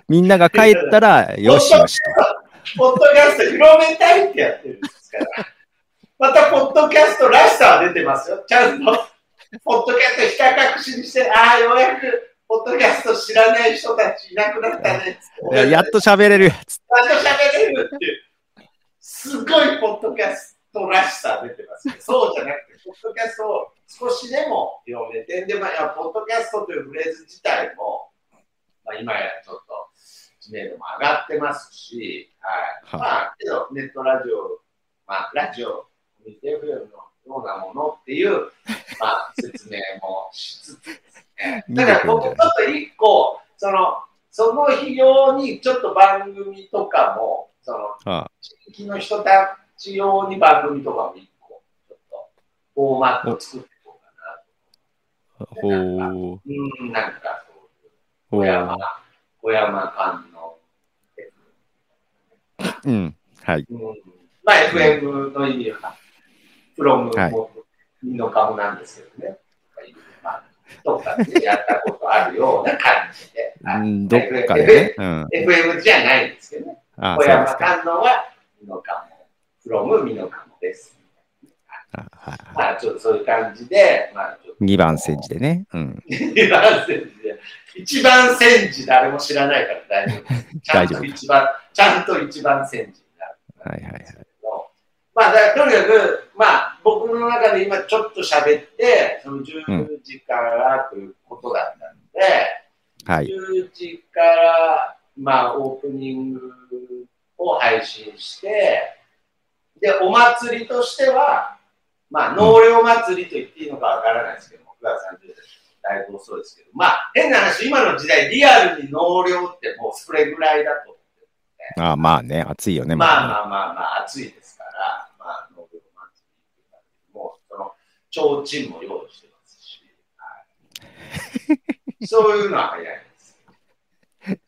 みんなが帰っ たら、よしよしポッドキャスト広めたいってやってるんですから。また、ポッドキャストらしさは出てますよ。ちゃんと、ポッドキャストひた隠しにして、ああ、ようやく、ポッドキャスト知らない人たちいなくなったね。と。いややっと喋れるやつ。ちゃんと喋れるっていう、すごいポッドキャストらしさ出てますけど、そうじゃなくて、ポッドキャストを少しでも広めて、で、まあ、いやポッドキャストというフレーズ自体も、まあ、今やちょっと知名度も上がってますし、はい。はいま あ、けど、ネットラジオ、まあ、ラジオ、ミッド FM のようなものっていう、まあ、説明もしつつですね。だから、僕、ちょっと一個、その、その日用に、ちょっと番組とかも、その、は地域の人たち用に番組とかも一個、ちょっと、フォーマットを作っていこうかな。あ、ほう、うん、なんか、そういう、小ほ山う、、小山間の、うん、はい、うん、まあ、FM の意味は、プロムはいも、いいのかもなんですけどね。まあ、どっかでやったことあるような感じで。はういん、どっかでね、うん、 FM じゃないんですけどね。あ、 小そうです山か、観音は、ミノカモ、フロムミノカモです。あはいまあ、ちょっとそういう感じで、まあ、ちょっと二番煎じでね、うん、一番煎じで、一番煎じ誰も知らないから大丈夫です。ちゃん 大丈と夫一番、ちゃんと一番煎じになる。はいはいはい、まあ、だからとにかく、まあ、僕の中で今ちょっと喋って、その10時からということだったので、はい、 10時から、まあ、オープニングを配信して、で、お祭りとしては、まあ、納涼祭りと言っていいのかわからないですけども、9月30日、大放送ですけど、まあ、変な話、今の時代、リアルに納涼ってもうそれぐらいだと。あ、まあね、暑いよね、まああね、まあまあまあ、暑いですから、まあ、農業祭りとかもう、その、提灯も用意してますし、はい、そういうのは早いです。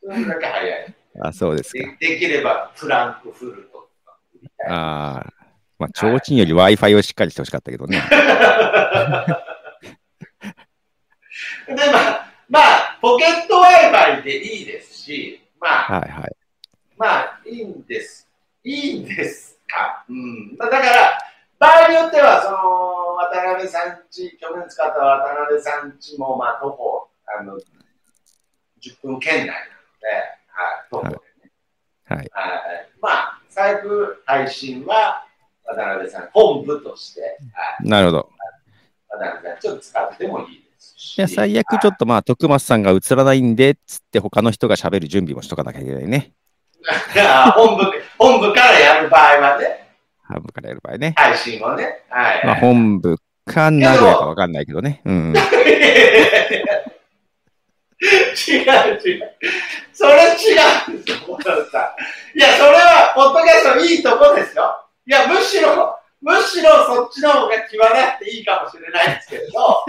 それだけ早い。あ、そうですか、でできれば、フランクフルトとか売りたい。あーまあ、提灯より Wi-Fi をしっかりしてほしかったけ どで、ね、まあ、まあ、ポケット Wi-Fi でいいですし、まあ、はいはい、まあ、いいんです。いいんですか。うん。まあ、だから、場合によっては、その、渡辺さんち、去年使った渡辺さんちも、まあ、徒歩、あの、10分圏内なので、はい、徒歩でね。はいはい。まあ、財布配信は、渡辺さん、本部として、はい、なるほど。渡辺さん、ちょっと使ってもいいですし。いや、最悪ちょっとまあ、徳松さんが映らないんで、つって他の人が喋る準備もしとかなきゃいけないね。あ 本部、本部からやる場合はね、本部からやる場合ね。配信をね。はい。まあ、本部か名古屋かわかんないけどね。うん。違う違う。それ違うんですよ、小田さん。いや、それは、ポッドキャストいいとこですよ。いや、むしろ、 むしろそっちの方が際立っていいかもしれないですけれど、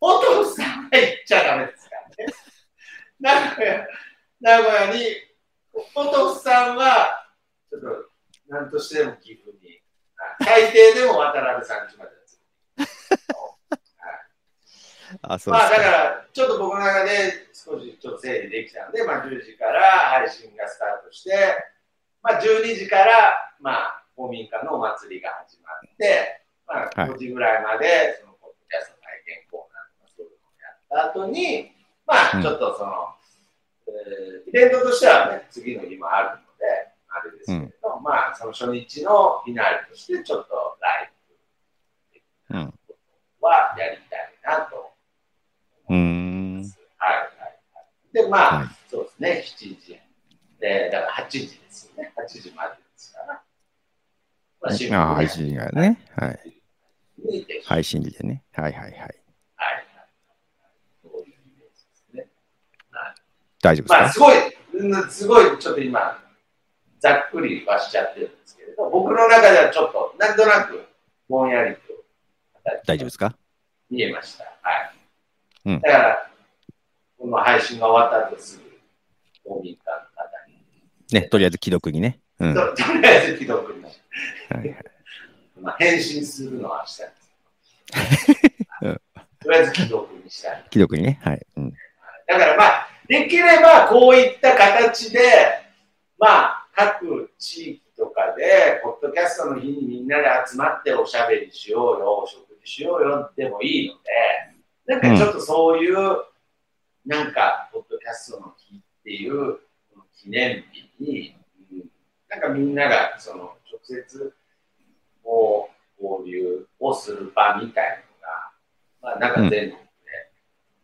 ポトフさんが言っちゃダメですからね。名古屋、名古屋に、ポトフさんは、ちょっと、なんとしてでも岐阜に、最低でも渡辺さんちまで。 あ、そうでまあだかすか。ら、ちょっと僕の中で少しちょっと整理できたので、まあ10時から配信がスタートして、まあ12時から、まあ、公民館のお祭りが始まって、まあはい5時ぐらいまで、そのポッドキャスト体験コーナーとかそういうのをやった後に、まうあんちょっとその、えーイベントとしてはね、次の日もあるので、あれですけれど、まあその初日のフィナーレとして、ちょっとライうん。ブはやりたいなとうーん。はいはいはい。で、まあ、はいそうですね、7時。で、だから8時ですよね。8時までですから。ま新あ聞あ、配信がね。はい。にできる配信時でね。はいはいはい。はいはいそういうイメージですね大丈夫まあ、ですすごい、うんすごい、ちょっと今、ざっくりはしちゃってるんですけれど、僕の中ではちょっと、なんとなく、ぼんやりとか大丈夫ですか見えました。はい。うんだから、この配信が終わった後すぐ、公民館の方にね、とりあえず既読にね。うん。はいととりあえず既読にして、はい。まあ、返信するのはしたいうんとりあえず既読にしたい。既読にね。はい。うん。だからまあ、できればこういった形で、まあ、各地域とかで、ポッドキャストの日にみんなで集まっておしゃべりしようよ、お食事しようよでもいいので、なんかちょっとそういう、なんか、ポッドキャストの日っていう記念日に、うんなんかみんながその直接こう交流をする場みたいのが、まあ、なんか全国で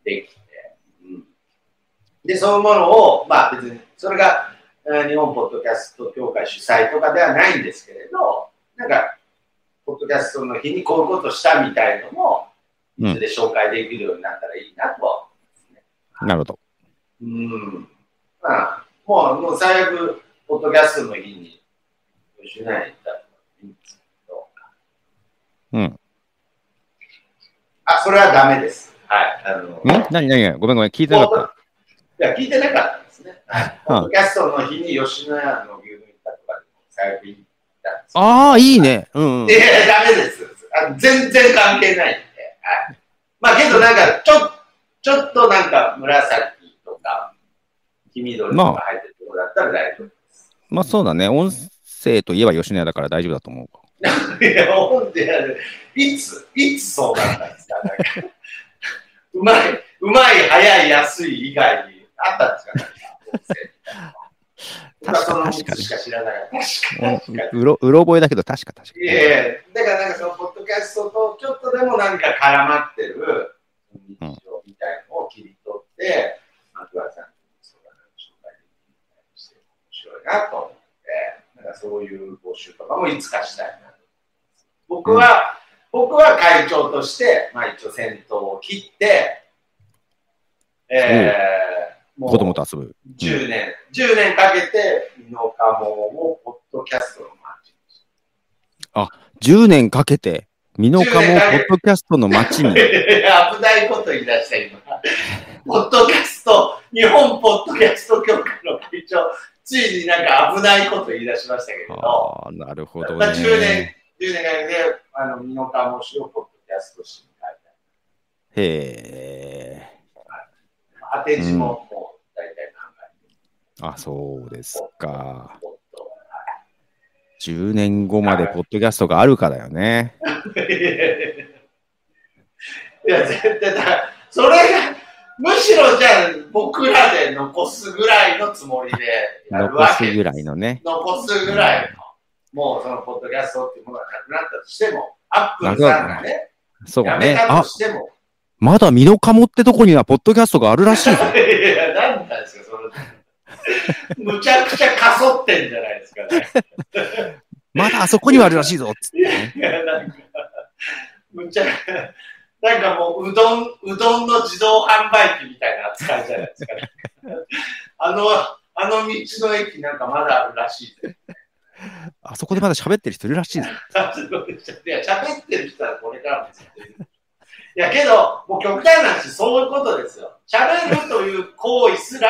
できて、うんで、そのものを、まあ別に、それが、えー日本ポッドキャスト協会主催とかではないんですけれど、なんか、ポッドキャストの日にこういうことしたみたいのも、うんいつで紹介できるようになったらいいなとはなるほど。うん。まあ、もう、もう最悪、ポッドキャストの日に、吉内行ったらいいんですけど。うん。あ、それはダメです。はい。あの、ん何何ごめんごめん、聞いてなかった。いや、聞いてなかったんですね。はいポうんッドキャストの日に吉野家の牛丼行ったとか、最悪行ったんですああ、いいね。うん、うんい。やいや、ダメですあ。全然関係ないんで。はい。まあ、けどなんか、ちょ、ちょっとなんか、紫とか、黄緑とか入ってるところだったら大丈夫。まあそうだね。音声といえば吉野家だから大丈夫だと思う。いや、ほんでやる。いつ、いつそうなったんですかなんかうまい、うまい、早い、安い以外にあったんですかなんか、僕はその3確か確かにつしか知らなかった。確かに。確かううろうろ覚えだけど、確か確かに。いやいや、だからなんかその、ポッドキャストとちょっとでもなんか絡まってる日常みたいのを切り取って、マクワさんにそうだな紹介できるようにして面白いなと思って、なんかそういう募集とかもいつかしたいなと。僕は、僕は会長として、まあ一応先頭を切って、えー、も子供と遊ぶ。 10年、10年かけて、ミノカモをポッドキャストの街にし10年かけて、ミノカモポ10年かけッてドキャストの 街に。危ないこと言い出した今。ポッドキャスト、日本ポッドキャスト協会の会長、ついになんか危ないこと言い出しましたけれど、ああ、なるほどまあ、10年ね。、 10年かけて、あの、ミノカモ氏をポッドキャスト氏に変えへえ。た。当て字ももう大体考えてあ、そうですか。ポッド10年後までポッドキャストがあるかだよね。いや、絶対だ、それが、むしろじゃあ、僕らで残すぐらいのつもりでやる残わけすぐらいのね。残すぐらいの、もうそのポッドキャストっていうものがなくなったとしても、アップルさんがね、そうやめね。たあと、しても、まだミノカモってとこにはポッドキャストがあるらしいぞ。いやいや、なんなんですか、その、むちゃくちゃかそってんじゃないですかね。まだあそこにはあるらしいぞ。つってねいや、なんか、むちゃ、なんかもう、うどん、うどんの自動販売機みたいな扱いじゃないですか、あの、あの道の駅なんかまだあるらしいです。あそこでまだ喋ってる人いるらしい ぞ。いや、喋ってる人はこれからもずっといる。いや、けど、もう極端な話、そういうことですよ。喋るという行為すら、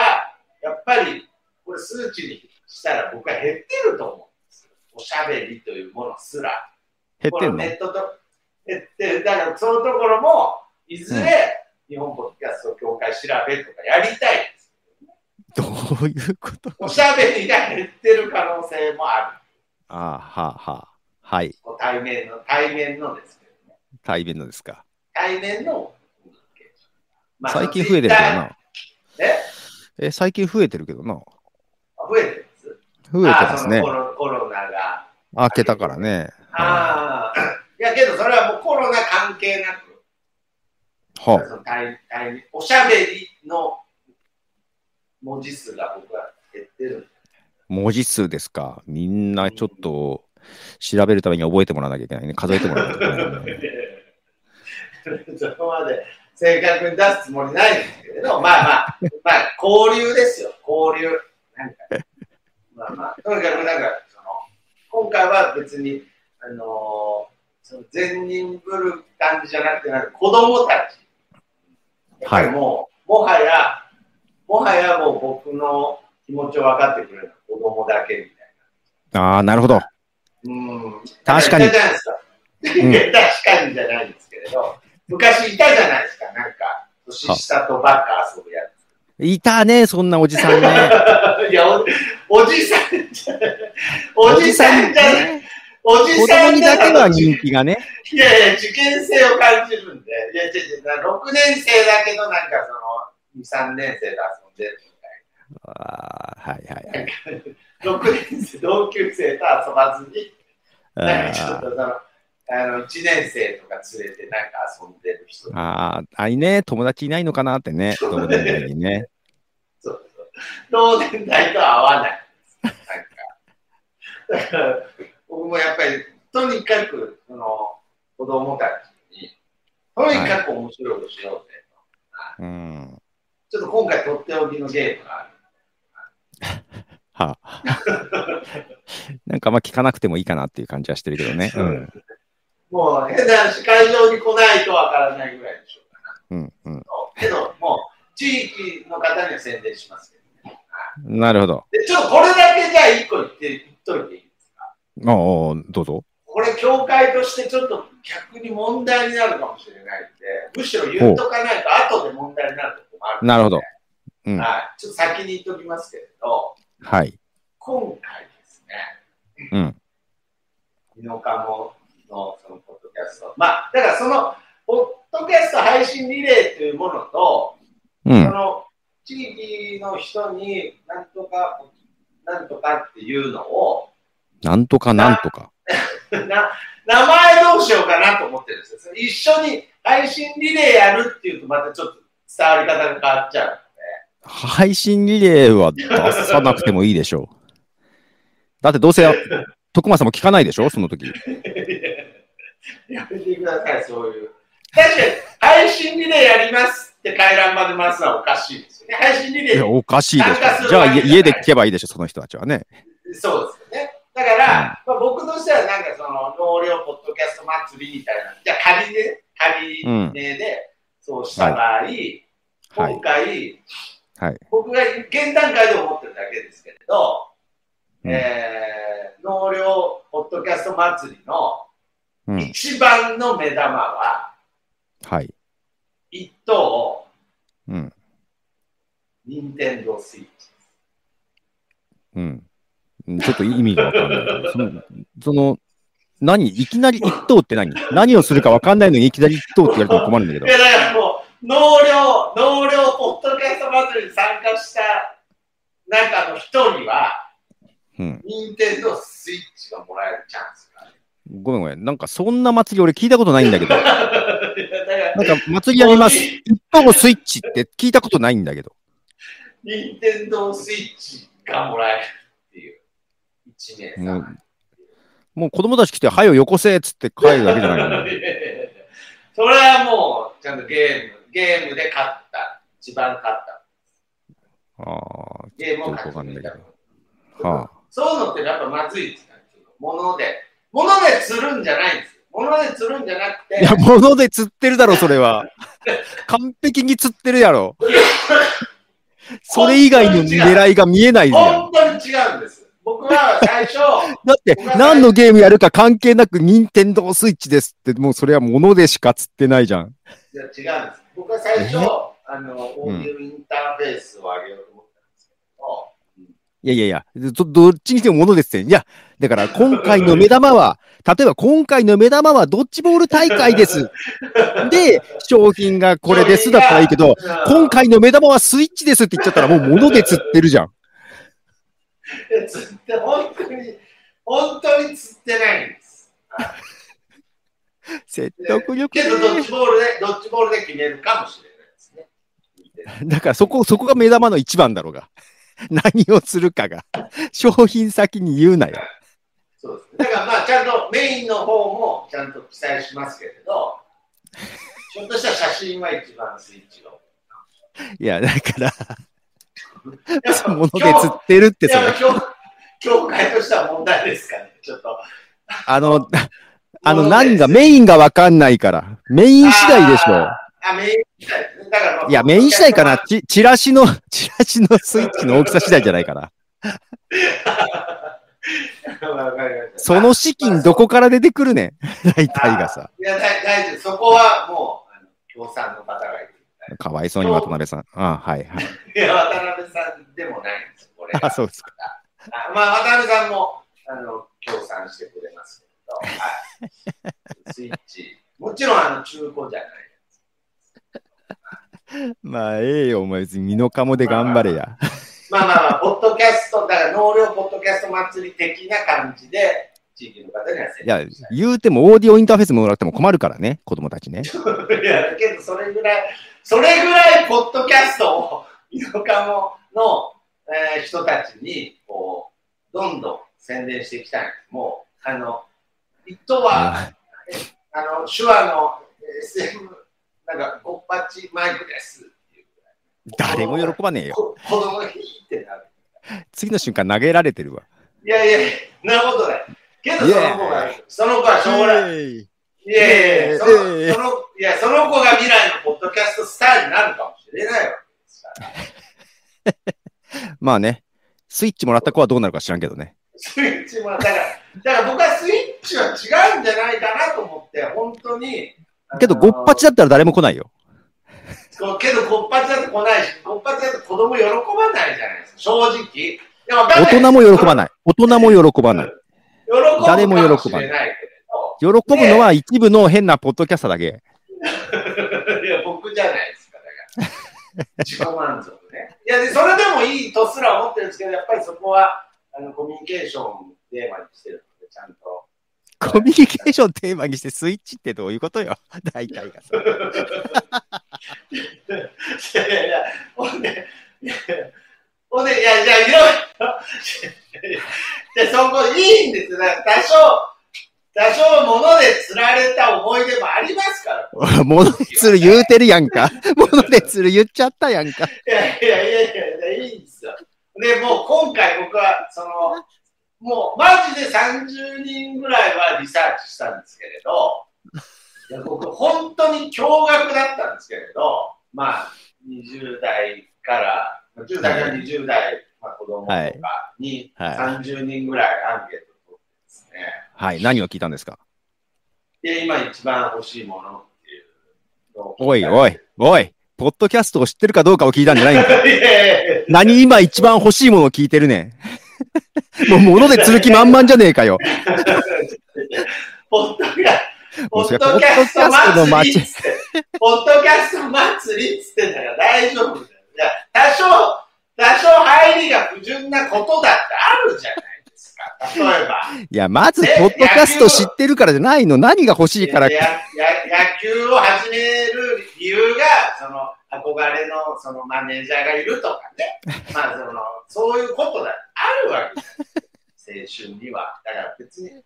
やっぱり、これ数値にしたら僕は減ってると思うんですよ。おしゃべりというものすら。減ってこんのネットと、減ってだからそのところも、いずれ、うん日本ポッドキャスト協会調べとかやりたいです。どういうことおしゃべりが減ってる可能性もあああ、はあ、はあ。はい。る。対面の、対面のですけどね。対面のですか。対面の。まあ最近増えてるけど。な。ええ、最近増えてるけどな。あ増えてるんです。増えてますあねそ。のコロコロナが。開けたからね。はああ。いやけどそれはもうコロナ関係なく、あはその対対おしゃべりの文字数が僕は減ってるんであ文字数ですか。みんなちょっと調べるために覚えてもらわなきゃいけないね。数えてもらわなきゃいけ ないね。そこまで正確に出すつもりないんですけれど、まあまあ、まあ、交流ですよ、交流。なんかまあまあ、とにかくなんかその、今回は別に、あのーその善人ぶる感じじゃなくて、なんか子供たち。やっぱりもう、もはや、もはやもう僕の気持ちを分かってくれるのは子供だけみたいな。ああ、なるほど。うん確か にいたじゃないですか。うん確かにじゃないんですけれど、昔いたじゃないですか、なんか、年下とばっか遊ぶやいたね、そんなおじさんね。 つ。 いや、おおじさんじゃない、おじさんじゃない、ね。おじ子さ供んにじゃだないけは人 気がね。いやいや、受験生を感じるんで、いや、違う違う、6年生だけど、なんかその、2、3年生で遊んでるああ、はいは いはい。 6年生、同級生と遊ばずに、なんかちょっあとその、あの、1年生とか連れてなんか遊んでる人 ーあー、あいね、友達いないのかなってね、子供の時にね。そ同年代とは合わない。なんか。だから、僕もやっぱり、とにかく、その、子供たちに、とにかく面白いことしようぜ。うん。ちょっと今回、とっておきのゲームがある。 はあ。なんかあんま聞かなくてもいいかなっていう感じはしてるけどね。うん。もう、変な話、会場に来ないとわからないぐらいでしょうか。うん。うん。けど、もう、地域の方には宣伝しますけどね。なるほど。で、ちょっとこれだけじゃあ一個言って、言っといていいおうおうどうぞ。これ、協会としてちょっと逆に問題になるかもしれないんで、むしろ言っとかないと後で問題になることもあるんで。なるほどうんはい。ちょっと先に言っときますけれど、はい。今回ですね、うん。ミノカモのそのポッドキャスト。まあ、だからその、ポッドキャスト配信リレーというものと、うそん。の、地域の人に、なんとか、なんとかっていうのを、なんとかなんとか。な名前どうしようかなと思ってるんですよ。その一緒に配信リレーやるっていうとまたちょっと伝わり方が変わっちゃう。配信リレーは出さなくてもいいでしょう。だってどうせ、徳間さんも聞かないでしょその時。やめてください、そういう。確かに配信リレーやりますって回覧まで回すのはおかしいですよね。配信リいレや、ー、おかしいでし参加すょ。るじゃあ、わけじゃない家で聞けばいいでしょ、その人たちはね。そうですよね。だから、まあ、僕としてはなんかその農業ポッドキャスト祭りみたいな、じゃあ仮でね、仮名でそうした場合、はい今。回、はい僕が現段階で思ってるだけですけれど、うんえー、農業ポッドキャスト祭りのうん。一番の目玉は、はい。一等、うん。任天堂スイッチ。うん。ちょっと意味がわかんない。その、その何いきなり一等って何何をするかわかんないのにいきなり一等って言われても困るんだけいど。や、だからもう、農業、農業ポッドキャスト祭りに参加した中の一人は、うん。任天堂スイッチがもらえるチャンスがある。ごめんごめん。なんかそんな祭り俺聞いたことないんだけど。なんいやだから、か祭りやります。一等スイッチって聞いたことないんだけど。任天堂スイッチがもらえるっていう、一年もさうもう子供たち来て、はよよこせっつって帰るだけじゃないの。それはもう、ちゃんとゲーム、ゲームで勝った。一番勝った。あゲームを勝ち抜いたよくわかんないけ。あ、はあ。そういうのってやっぱまずいですから、物で。物で釣るんじゃないんですよ。物で釣るんじゃなくて、いや、物で釣ってるだろ、それは。完璧に釣ってるやろ。それ以外の狙いが見えないじゃん。本当に違うんです。僕は最初、だって、何のゲームやるか関係なく、任天堂スイッチですって、もうそれは物でしか釣ってないじゃん。いや違うんです。 僕は最初え、あの、オうんーディオインターフェースを上げようと思ったんですけど、いやいやいや、どどっちにしても物ですって。いや、だから今回の目玉は、例えば今回の目玉はドッジボール大会です。で、商品がこれですだったらいいけど、今回の目玉はスイッチですって言っちゃったらもう物で釣ってるじゃん。回釣って、本当に、本当に釣ってないんです。説得力けねど、ドッジボールで、ドッジボールで決めるかもしれないですね。だからそこ、そこが目玉の一番だろうが。 何をするかが。商品先に言うなよ。そうですね。だからまあ、ちゃんとメインの方もちゃんと記載しますけれど、ちょっとした写真は一番スイッチを。いや、だから、やっぱ物で釣ってるってそやれっぱ教教会としては問題ですかね、ちょっと。あの、あの、物で何が、メインがわかんないから。メイン次第でしょ。あ、メイン次第ですね。だからまあ、いや、メイン次第かな。ち、チラシの、チラシのスイッチの大きさ次第じゃないかな。わかりましたその資金どこから出てくるねん。大体がさ。いや、大大丈夫。そこはもう、あの共産の方がいかわいそうに渡辺さん。あはいはい。る。いや、渡辺さんでもないんですよ、これが。あそうですか。あまあ、渡辺さんも、あの、協賛してくれますけど、 はい。スイッチ。もちろん、あの、中古じゃない。まあ、ええよ、お前別に身の鴨で頑張れや。まあまあまあ、ポッドキャスト、だから、農業ポッドキャスト祭り的な感じで、地域の方には宣いや伝した、言うてもオーディオインターフェースもらっても困るからね、子供たちね。いや、だけどそれぐらい、それぐらい、ポッドキャストを、井のかものえー人たちに、こう、どんどん宣伝していきたいんです。もう、あの、一等は、ああの、手話のえー SM、なんか、ゴッパチマイクですっていうー誰も喜ばねえよ。こ子供がヒーってなる。次の瞬間投げられてるわ。いやいやいや、そんなことない。けど、そいのや子が、その子は将来、イいやいやいや、そのいやいやそのいやその子が未来のポッドキャストスターになるかもしれないわけですから。まあね、スイッチもらった子はどうなるか知らんけどね。スイッチもだから、だから僕はスイッチは違うんじゃないかなと思って、本当に。けど、あのごっぱちだったら誰も来ないよ。そうけど、ごっぱちだと来ないし、ごっぱちだと子供喜ばないじゃないですか、正直。いやわかんない大人も喜ばない。大人も喜ばない。喜ぶかも誰も喜ばないしれないけ喜ぶのは一部の変なポッドキャスターだけ。れ ど。いや、僕じゃないですか、だから。 自己満足ね。いやで、それでもいいとすら思ってるんですけど、やっぱりそこは、あの、コミュニケーションをテーマにしてるので、ちゃんと。コミュニケーションテーマにしてスイッチってどういうことよ。 大体がさ。いやいやいや、ほんで、いやほんで、いや、じゃあ、 いろいろ。で、そこいいんですよ。だから多少、多少物で釣られた思い出もありますから。 ほら物で釣る言うてるやん か。物で釣る言っちゃったやんか。いやいやいやいやいや、いいんですよ。で、もう今回僕は、その、もうマジで30人ぐらいはリサーチしたんですけれど、いや僕、本当に驚愕だったんですけれど、まあ、20代から、10代から20代、まあ、子供とかにはい30人ぐらいアンケートを取ってですね、はい、何を聞いたんですかで、今一番欲しいものっていうのをおいおい、おい、ポッドキャストを知ってるかどうかを聞いたんじゃな いいの か。やいやいや何今一番欲しいものを聞いてる ね。もう物で釣る気満々じゃねえかよ。ポッドキャポもうッそれポドッドキキャャスストト祭のり街っつって、ポッドキャスト祭りっつってんだから大丈夫だよ。いや、多少、多少入りが不純なことだってあるじゃないですか。例えば。いや、まず、ポッドキャスト知ってるからじゃないの。何が欲しいから。やや野球を始める理由が、その憧れのそのマネージャーがいるとか ね、まあそのそういうことだあるわけですよ、青春には。だから別に、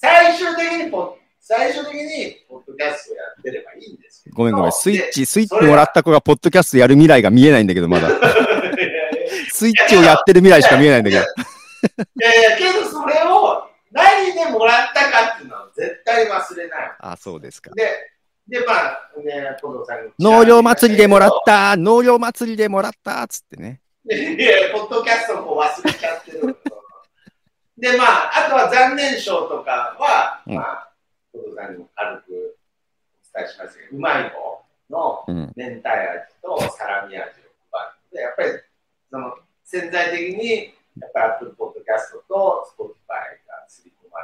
最終的にポッ、最終的にポッドキャストをやってればいいんです けど。ごめんごめん。スイッでチ、スイッチもらった子がポッドキャストやる未来が見えないんだけど、まだ。いやいやスイッチをやってる未来しか見えないんだけど。いやいや、けどそれを何でもらったかっていうのは絶対忘れない。 あ、そうですか。で、で、まあ、ね、ポドさんが農業祭りでもらった農業祭りでもらったつってね。いやいやポッドキャストも忘れちゃってる。で、まあ、あとは残念賞とかは、うんまあ、ことさんにも軽くお伝えしましたけど、うまい棒のうん。明太味とサラミ味を配るので、やっぱり、その、潜在的に、やっぱり Apple Podcast と Spotify が刷り込ま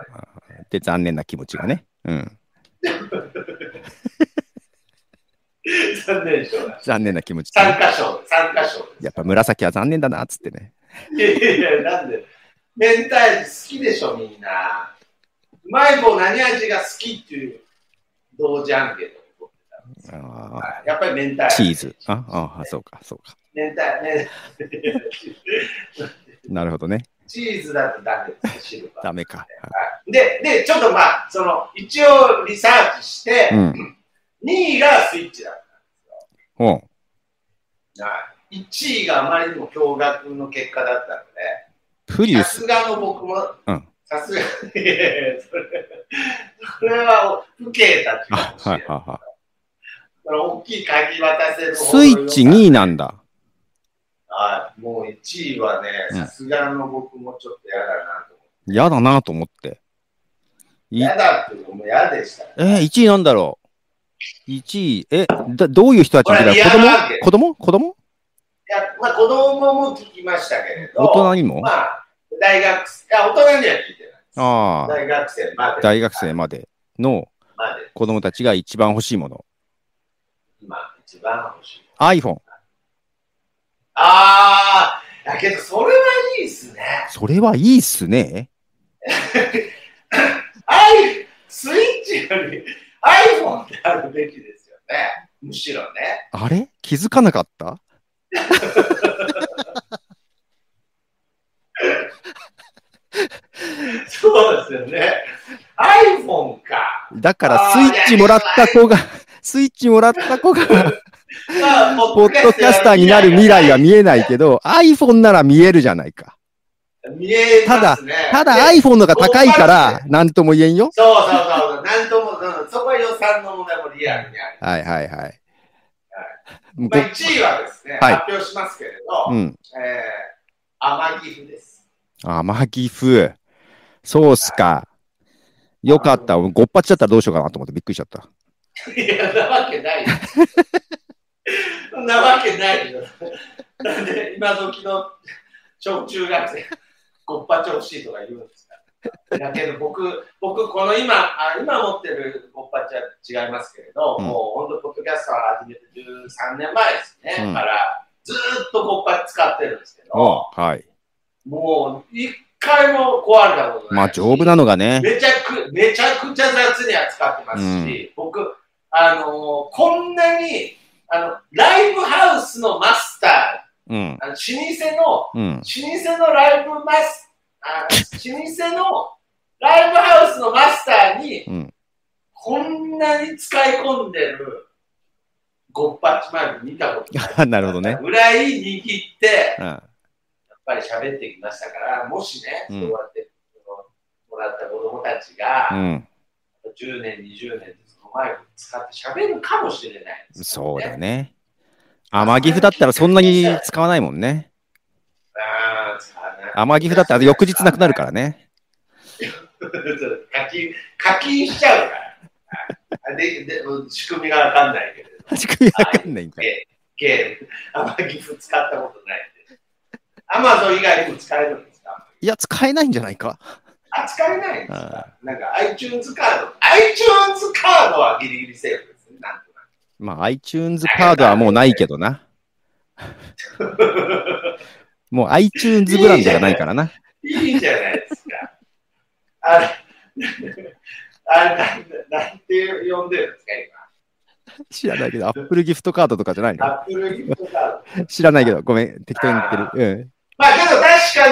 れてで、残念な気持ちがね。 うん。る、 残念賞が。残念な気持ち。参加賞、参加賞です。やっぱ紫は残念だな、つってね。いやいやいや、なんで、明太子好きでしょ、みんな。うまい棒何味が好きっていう同時アンケートを取った。あやっぱり明太ー子チーズ。あ、ああ、そうか、そうか。明太ね、なるほどね。チーズだとダメです、シルバー。ダメか。で、で、ちょっとまあ、その、一応リサーチして、うん2位がスイッチだっおうた。1位があまりにも驚愕の結果だったので、プリウさス。すがの僕もうん、さすがに、いやいやそれそれは不敬だっていうあ、かもしれはないはいはい。その大きい鍵渡せる方スのイようッなチ2位なんだ。はい、もう1位はね、うんさすがの僕もちょっと嫌だなと思って。嫌だなと思って。い嫌だっていうのも嫌でした。えー、1位なんだろう。1位、え、だどういう人たちみたいなほら嫌なわけ子供子供子供いや、まあ子供も聞きましたけれど、大人にもまあ、大学生、あ、大人には聞いてないああ、大学生まで。大学生までのまで、子供たちが一番欲しいもの。今、一番欲しい。 iPhone。あー、だけどそれはいいっすね。それはいいっすね。あい、スイッチより iPhone であるべきですよね。むしろね。あれ気づかなかったそうですよね。iPhone か。だから、スイッチもらった子が、スイッチもらった子が、まあポッドキャスターになる未来は見えないけど、iPhone なら見えるじゃないか。見えますね。ただで iPhone のが高いから、なんとも言えんよ。そうそうそうそう、なんとも、うんそこは予算の問題もリアルにある。はいはいはい。ま向こあ、1位はですね、はい発表しますけれうど、うん。えー、天城府です。あ、マギフ。そうっすか。よかった。ごっぱちだったらどうしようかなと思ってびっくりしちゃった。いや、なわけないよ。そんなわけないよ。なんで、今時の小中学生、ごっぱち欲しいとか言うんですか。だけど僕、僕、この今、あ今持ってるごっぱちは違いますけれど、うんもう本当、ポッドキャストを始めて13年前ですね。うんから、ずーっとごっぱち使ってるんですけど、おはい。もう、一回も壊れたことない。まあ、丈夫なのが ね。めちゃく、めちゃくちゃ雑に扱ってますし、僕、あのーこんなに、あの、ライブハウスのマスタうんー、。あの老うん。舗の、老舗のライブマス、あ老舗のライブハウスのマスターに、うん。こんなに使い込んでる、ごっぱちマイク見たことない。 なるほどね。ぐらい握って、うん。やっぱり喋ってきましたから、もしね、うんそうやって、そのもらった子供たちが、うん。 10年、20年でそのマイク使って喋るかもしれないです、そうだ。ね。天岐阜だったらそんなに使わないもんね。あー使わない天岐阜だったら翌日なくなるからね。課金、課金しちゃうから。でで仕組みがわかんないけれど、仕組みわかんないんかい。ゲーム、あんまギフ使ったことないんで。アマゾン以外にも使えるんですかいや、使えないんじゃないか。あ、使えないんですかなんか iTunes カード、iTunes カードはギリギリセーフですね、なんとなく。まあ、iTunes カードはもうないけど な。もう iTunes ブランドがないからな。いいじゃないですか。あれ、あれなんなんて呼んでるんですか、知らないけど、Apple ギフトカードとかじゃない今。のアップルギフトカード。知らないけど、ごめん、適当に言ってる。うん。まあけど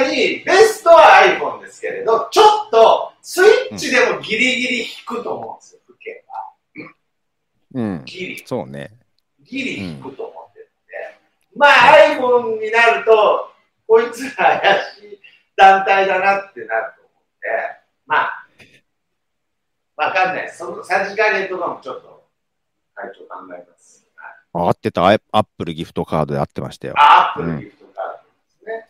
確かに、ベストは iPhone ですけれど、ちょっとスイッチでもギリギリ引くと思うんですよ、不景は。うん。ギリ、そうね。ギリ引くと思ってるんで。まあ iPhone になると、こいつら怪しい団体だなってなると思って、まあ、わかんない。そのさじ加減とかもちょっと、会長考えます。あ合ってた、アップルギフトカードで合ってましたよ。あアップルギフトカードですね。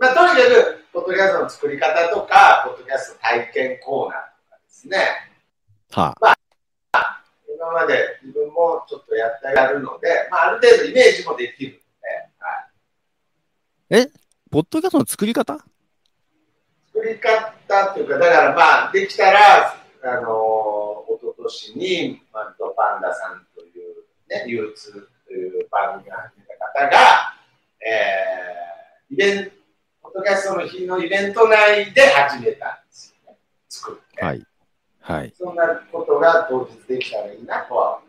まあ、とにかく、ポッドキャストの作り方とか、ポッドキャスト体験コーナーとかですね、は今まで自分もちょっとやってやるので、まあ、ある程度イメージもできるので、はいポッドキャストの作り方作り方というか、だからまあ、できたら、あのー、一昨年に、マントパンダさんという、ね、流通という番組を始めた方が、えー、イベント、ポッドキャストの日のイベント内で始めたんですよね。作って。はい。はい。そんなことが当日できたらいいなとは、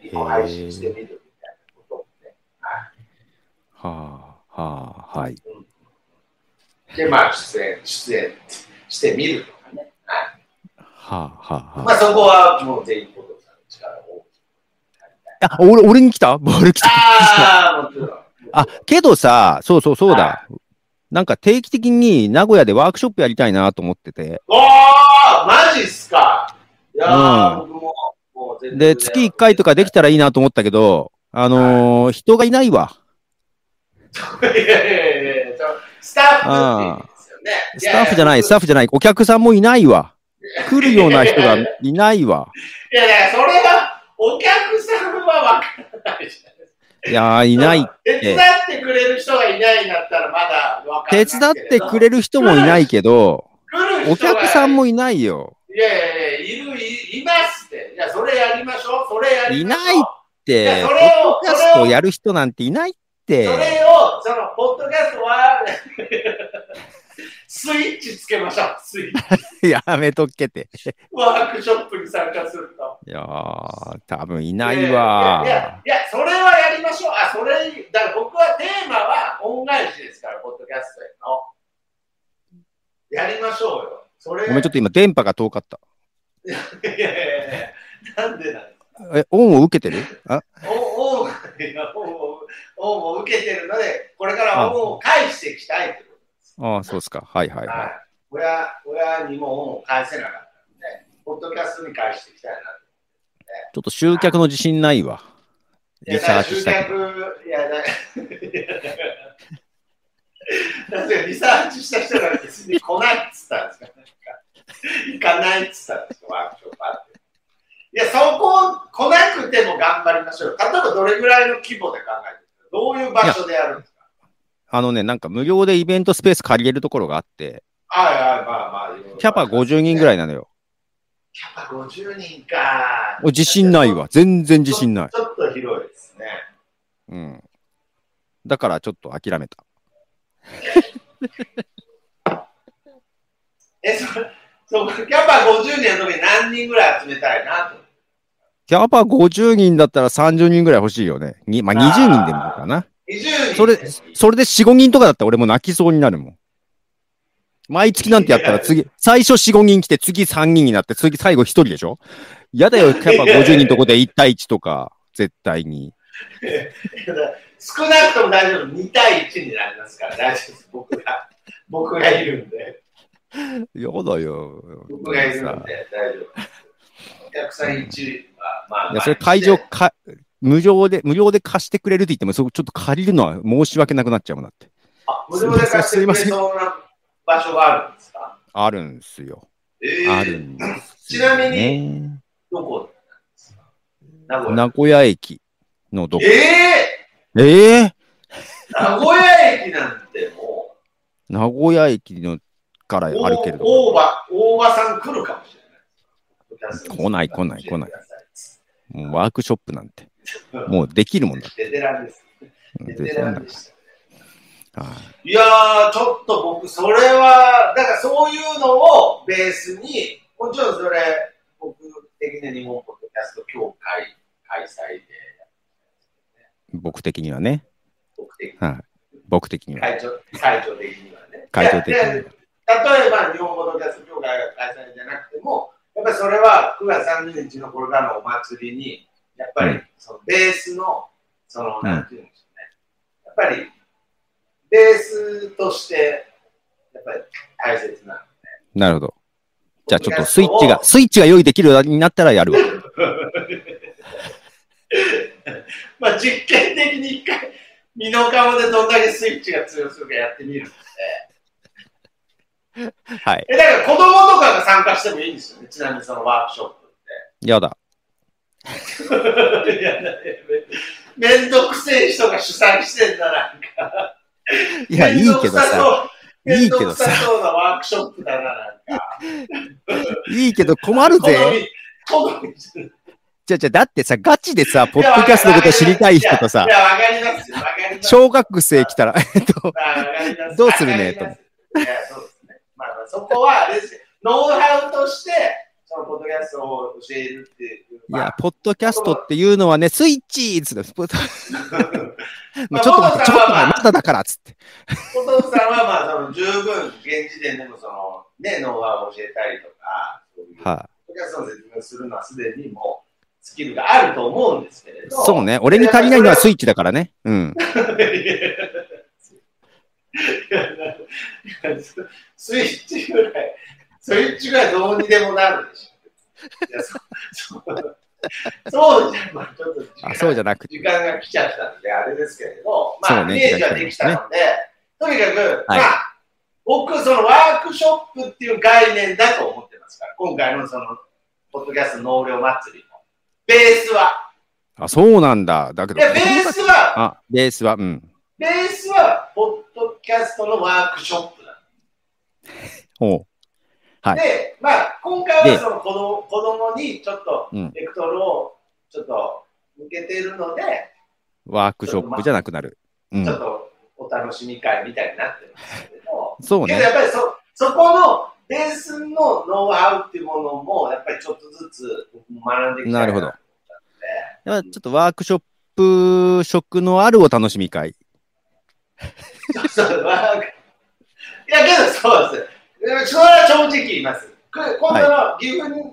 一個配信してみるみたいなことで、はあ、はあ、はい。で、まあ、出演、出演してみるとかね。はいはあ、はあ、まはあ。あそこはもう全員ポトさんの力を。あ、俺、俺に来たボール来た。ああ、もちろん。あ、けどさ、そうそうそうだ。なんか定期的に名古屋でワークショップやりたいなと思ってて。おーマジっすかいやー、僕も、もう全で、月1回とかできたらいいなと思ったけど、あのー人がいないわ。か。 いやいやいやいや、そのスタッフっていうんですよね。スタッフじゃない、スッタッフじゃない、お客さんもいないわ。来るような人 がいないわ。フ。いやいや、それは、お客さんは分からないじゃないですか。いやー、いない。手伝ってくれる人がいないんだったらまだ分かんな手い。伝ってくれる人もいないけど、るお人が客さんもいないよ。いやいやいや、いる、いいますって。いや、それやりましょう。それやりましょう。いないっいやて、そポッれを、ドキャスそトれををやる人なんていないっそて。れを、その、ポッドキャストは、 スイッチつけましょう、スイッチ。やめとけて。ワークショップに参加すると。いやー、多分いないわいやいやいや、それはやりましょう。あ、それ、だから僕はテーマは恩返しですから、ポッドキャストへの。やりましょうよ。それ、ごめん、ちょっと今、電波が遠かった。いやいやいやなんでなんですかえ、オンを受けてるあおおいや恩を恩を受けてるので、これから恩を返していきたいってこああ、そうですか。はいはいと。は。はいい、親親にも恩を返せなかったんで、ポッドキャストに返していきたいなと。ちょっと集客の自信ないわ。リサーチしたけど。いや、だからだってリサーチした人が別に来ないっつったんですか、行かないっつったんですか、ワークショップあって。いや、そこ来なくても頑張りましょうよ。例えばどれぐらいの規模で考えてるどういう場所でやるんですかあのね、なんか無料でイベントスペース借りれるところがあって、はいはい、まあまあいろいろ。キャパ50人ぐらいなのよ。キャパ50人か。お自信ないわ。全然自信ない。ちょっと広いですね。うん。だからちょっと諦めた。え、そそうキャパ50人の時何人ぐらい集めたいなと。キャパ50人だったら30人ぐらい欲しいよね。にまあ、20人でもいいかな。 20人それ、それで4、5人とかだったら俺もう泣きそうになるもん。毎月なんてやったら次、最初4、5人来て、次3人になって、次最後1人でしょやだよ、キャパ50人とこで1対1とか、絶対に。少なくとも大丈夫、2対1になりますから、大丈夫です、僕が。僕がいるんで、やだよ。僕がいるんで、大さ丈夫です。お客さん1は、まあ、いや、それ会場まあか、無料で、無料で貸してくれるって言っても、そこちょっと借りるのは申し訳なくなっちゃうもんだって。あ無料で 貸してくれそうな場所があるんですかあるんすよ。えーあるんです、ちなみに、どこなんですか名古屋。名古屋駅のどこ。ええー、え名古屋駅なんても名古屋駅のからう、歩けるとこ。大場、大場さん来るかもしれない。お客さん来ない来ない来ない教えてくださいもうワークショップなんて。もうできるもんだ。ベテランです。うんベでテそラんンなでした。はいいやー、ちょっと僕、それは、だからそういうのをベースに、もちろんそれ、僕的な日本ポッドキャスト協会開催で、僕的にはね。僕的はい。僕的には。会長会長的にはね。会長的にいやはで。例えば、日本ポッドキャスト協会が開催じゃなくても、やっぱりそれは9月30日のこれからのお祭りに、やっぱうりそのベースの、その、うんなんていうんでしょうね。やっぱり、ベースとして、やっぱり大切な。なるほど。じゃあちょっとスイッチが、スイッチが用意できるようになったらやるわ。まあ実験的に一回、身の顔でどんだけスイッチが通用するかやってみる。はい。え、だから子供とかが参加してもいいんですよね。ちなみにそのワークショッやだ。プ って。いやいやいやめめんどくせえ人が主催してんだな。いや、いめいんどくけどささ、そう。いめいんどけくどささそうなワークショップだな。なんかいいけど困るぜ。。好み好みじゃないじゃあじゃあだってさ、ガチでさ、ポッドキャストのこと知りたい人とさい、や、わかりますよ。わかります小学生来たら、えっと、どうするねと。いや、そうですね。まあ、まあそこは、あれですよノウハウとして、そのポッドキャストを教えるっていう。いや、ポッドキャストっていうのはね、スイッチー っつって、ポッドまあちょっと待って、ちょっと待って、まだだからっつって。お父さんは、まあ、その十分、現時点でも、その、ね、ノウハウを教えたりとか、そういうポッはドキャストの説明をするのは、すでにもう、スキルがあると思うんですけれい。ど。そうね、俺に足りないのはスイッチだからね。うん。スイッチぐらい、スイッチぐらいどうにでもなるでしょ。いやそそうそうじゃ、まあ、ちょっと時間あ、そうじゃなくて。時間が来ちゃったんで、あれですけれど、まそうあ、ねイメージはできたので、とにかく、はいまあ、僕、そのワークショップっていう概念だと思ってますから、今回のその、ポッドキャスト納涼祭りの、ベースは、あ、そうなんだ。だけいど、や、ベースは、あ、ベースは、うん。ベースは、ポッドキャストのワークショップなんおうはいで、まあ、今回ではその子供子供にちょっとうん、ベクトルをちょっと向けてるので、ワークショップじゃなくなる。うちょっん。とお楽しみ会みたいになってますけれど、そうけどやね。っぱりそそこのベースのノウハウっていうものも、やっぱりちょっとずつ僕も学んでいきたいなるほど。 でやっぱちょっとワークショップ色のあるお楽しみ会。そうワークいや、けどそうです。えそれは正直言います。く今度の岐阜の、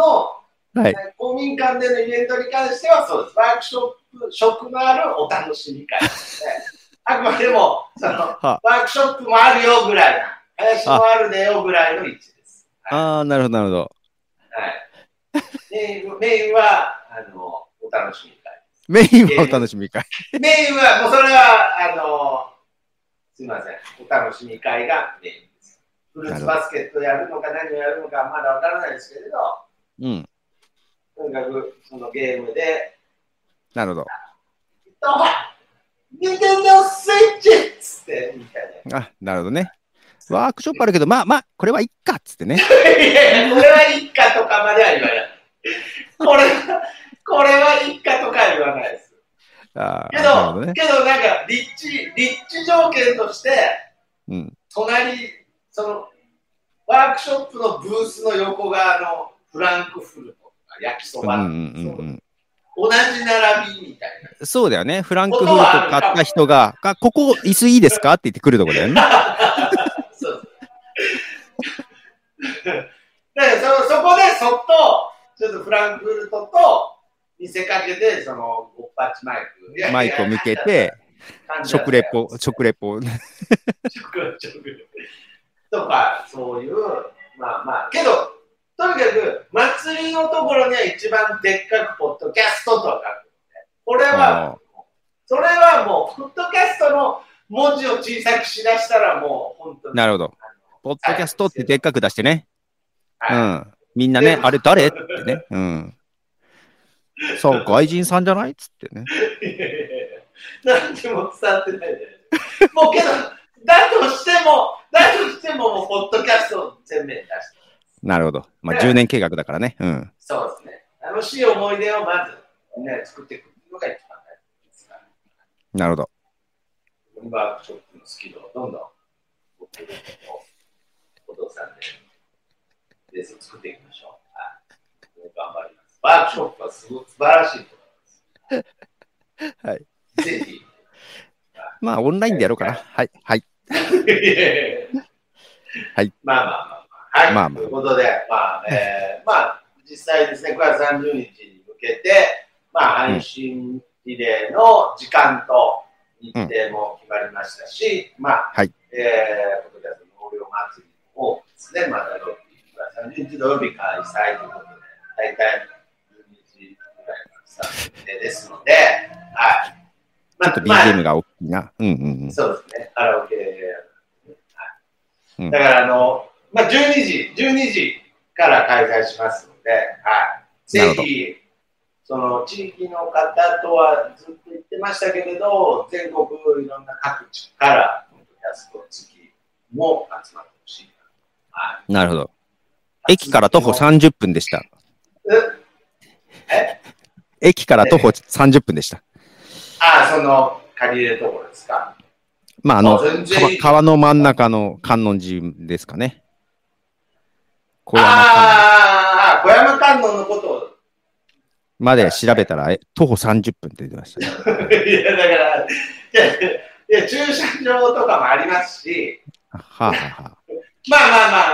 はいえー公民館でのイベントに関してはそうです。ワークショップ、食のあるお楽しみ会です ね。あくまでも、その、あワークショップもあるよぐらいな、林もあるねよぐらいの位置です。ああ、なるほど、なるほど。はい。メインメインは、あの、お楽しみ会。メインはお楽しみ会。メインは、もうそれは、あの、すいません、お楽しみ会がメインです。フルーツバスケットやるのか何をやるのかまだわからないですけれど、うん、とにかくそのゲームで、なるほど。きっとほら、ニンテンドースイッチっつって、みたいな。あ、なるほどね。ワークショップあるけど、まあまあ、これはいっかっつってね。いやいや、これはいいかとかまでは言わない。これは、これはいいかとかは言わないです。あけあ、ど、なるほどね。けどなんか、立地、立地条件として、うん。隣、その、ワークショップのブースの横側のフランクフルトとか焼きそうんうば、んうんうん。同じ並びみたいそうだよね。フランクフルト買った人が、あここ椅子いいですかって言ってくるとこだよね。な。そう。だからそ、そこでそっと、ちょっとフランクフルトと見せかけて、その、ごっぱちマイクいや。マイクを向けて、食レポ、食レポ。食食とかそういうまあまあけどとにかく祭りのところには一番でっかくポッドキャストとは書くこれはあそれはもうポッドキャストの文字を小さくしだしたらもう本当ーになるほど。ポッドキャストってでっかく出してね。はういん。みんなね、あれ誰ってね。うん。そう、外人さんじゃないっつってね。いやいやいや何にも伝わってないじゃないもうけどだとしてもだとしてももうポッドキャストを全面に出してなるほど。まあ、ね10年計画だからね。うん。そうですね楽しい思い出をまずね作っていくのが一番大事ですからなるほど。ワークショップのスキルをどんどん、僕のお父さんで、レースを作っていきましょう。はい。頑張ります。ワークショップはすごく素晴らしいと思います。はい。ぜひ。まあ、オンラインでやろうかな。はい。はい。はい。まあまあまあまあ。はい。まあまあということで、まあ、えーまあ、実際ですね、9月30日に向けて、まあ、配信リレーの時間と日程も決まりましたし、まあ、はいえー、ポッドキャストの農業祭りをですね、まだ6日、9月30日土曜日開催ということで、大体12時ぐらいからスタート予定ですので、はい。まちょっと BGM が大きいな。うんうんそうですね、カラオケ。うんだから、あの、まあ、12時、12時から開催しますので、はい。なぜるほどひ、その地域の方とはずっと言ってましたけれど、全国いろんな各地から、ポッドキャスト付きも集まってほしいな。はいうん。なるほど。駅から徒歩30分でした。え駅から徒歩30分でした。ああ、その、借りれるところですか。まあ、あの、あ全然いい川川の真ん中の観音寺ですかね。小山観音ああ、小山観音のことを まで調べたら、え徒歩30分って出てましたね。いや、だから、いや、いや駐車場とかもありますし、はあ、はあはあ、まあまあ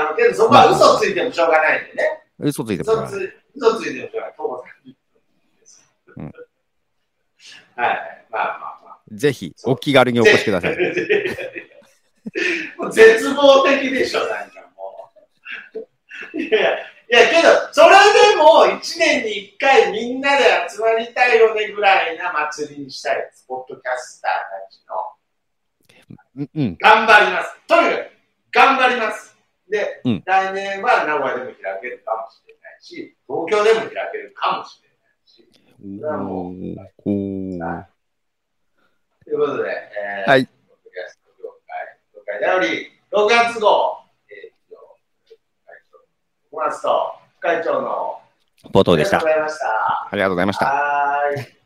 まあ、けどそこは嘘ついてもしょうがないんでね。嘘ついてます嘘からつ。い嘘ついてもしょうがない。徒歩30分ですうんはい、まあまあまあ。ぜひ、お気軽にお越しください。もう絶望的でしょ、なんかもう。いや、いやけど、それでも1年に1回みんなで集まりたいよねぐらいな祭りにしたいです、ポッドキャスターたちの。うんうん。頑張ります。とにかく頑張ります。で、うん来年は名古屋でも開けるかもしれないし、東京でも開けるかもしれないし。おーおーということで、えー、はいポッドキャスト業界、業界でより、6月号、えー、以上会長、小松と副会長の、冒頭でした。ありがとうございました。ありがとうございました。はーい。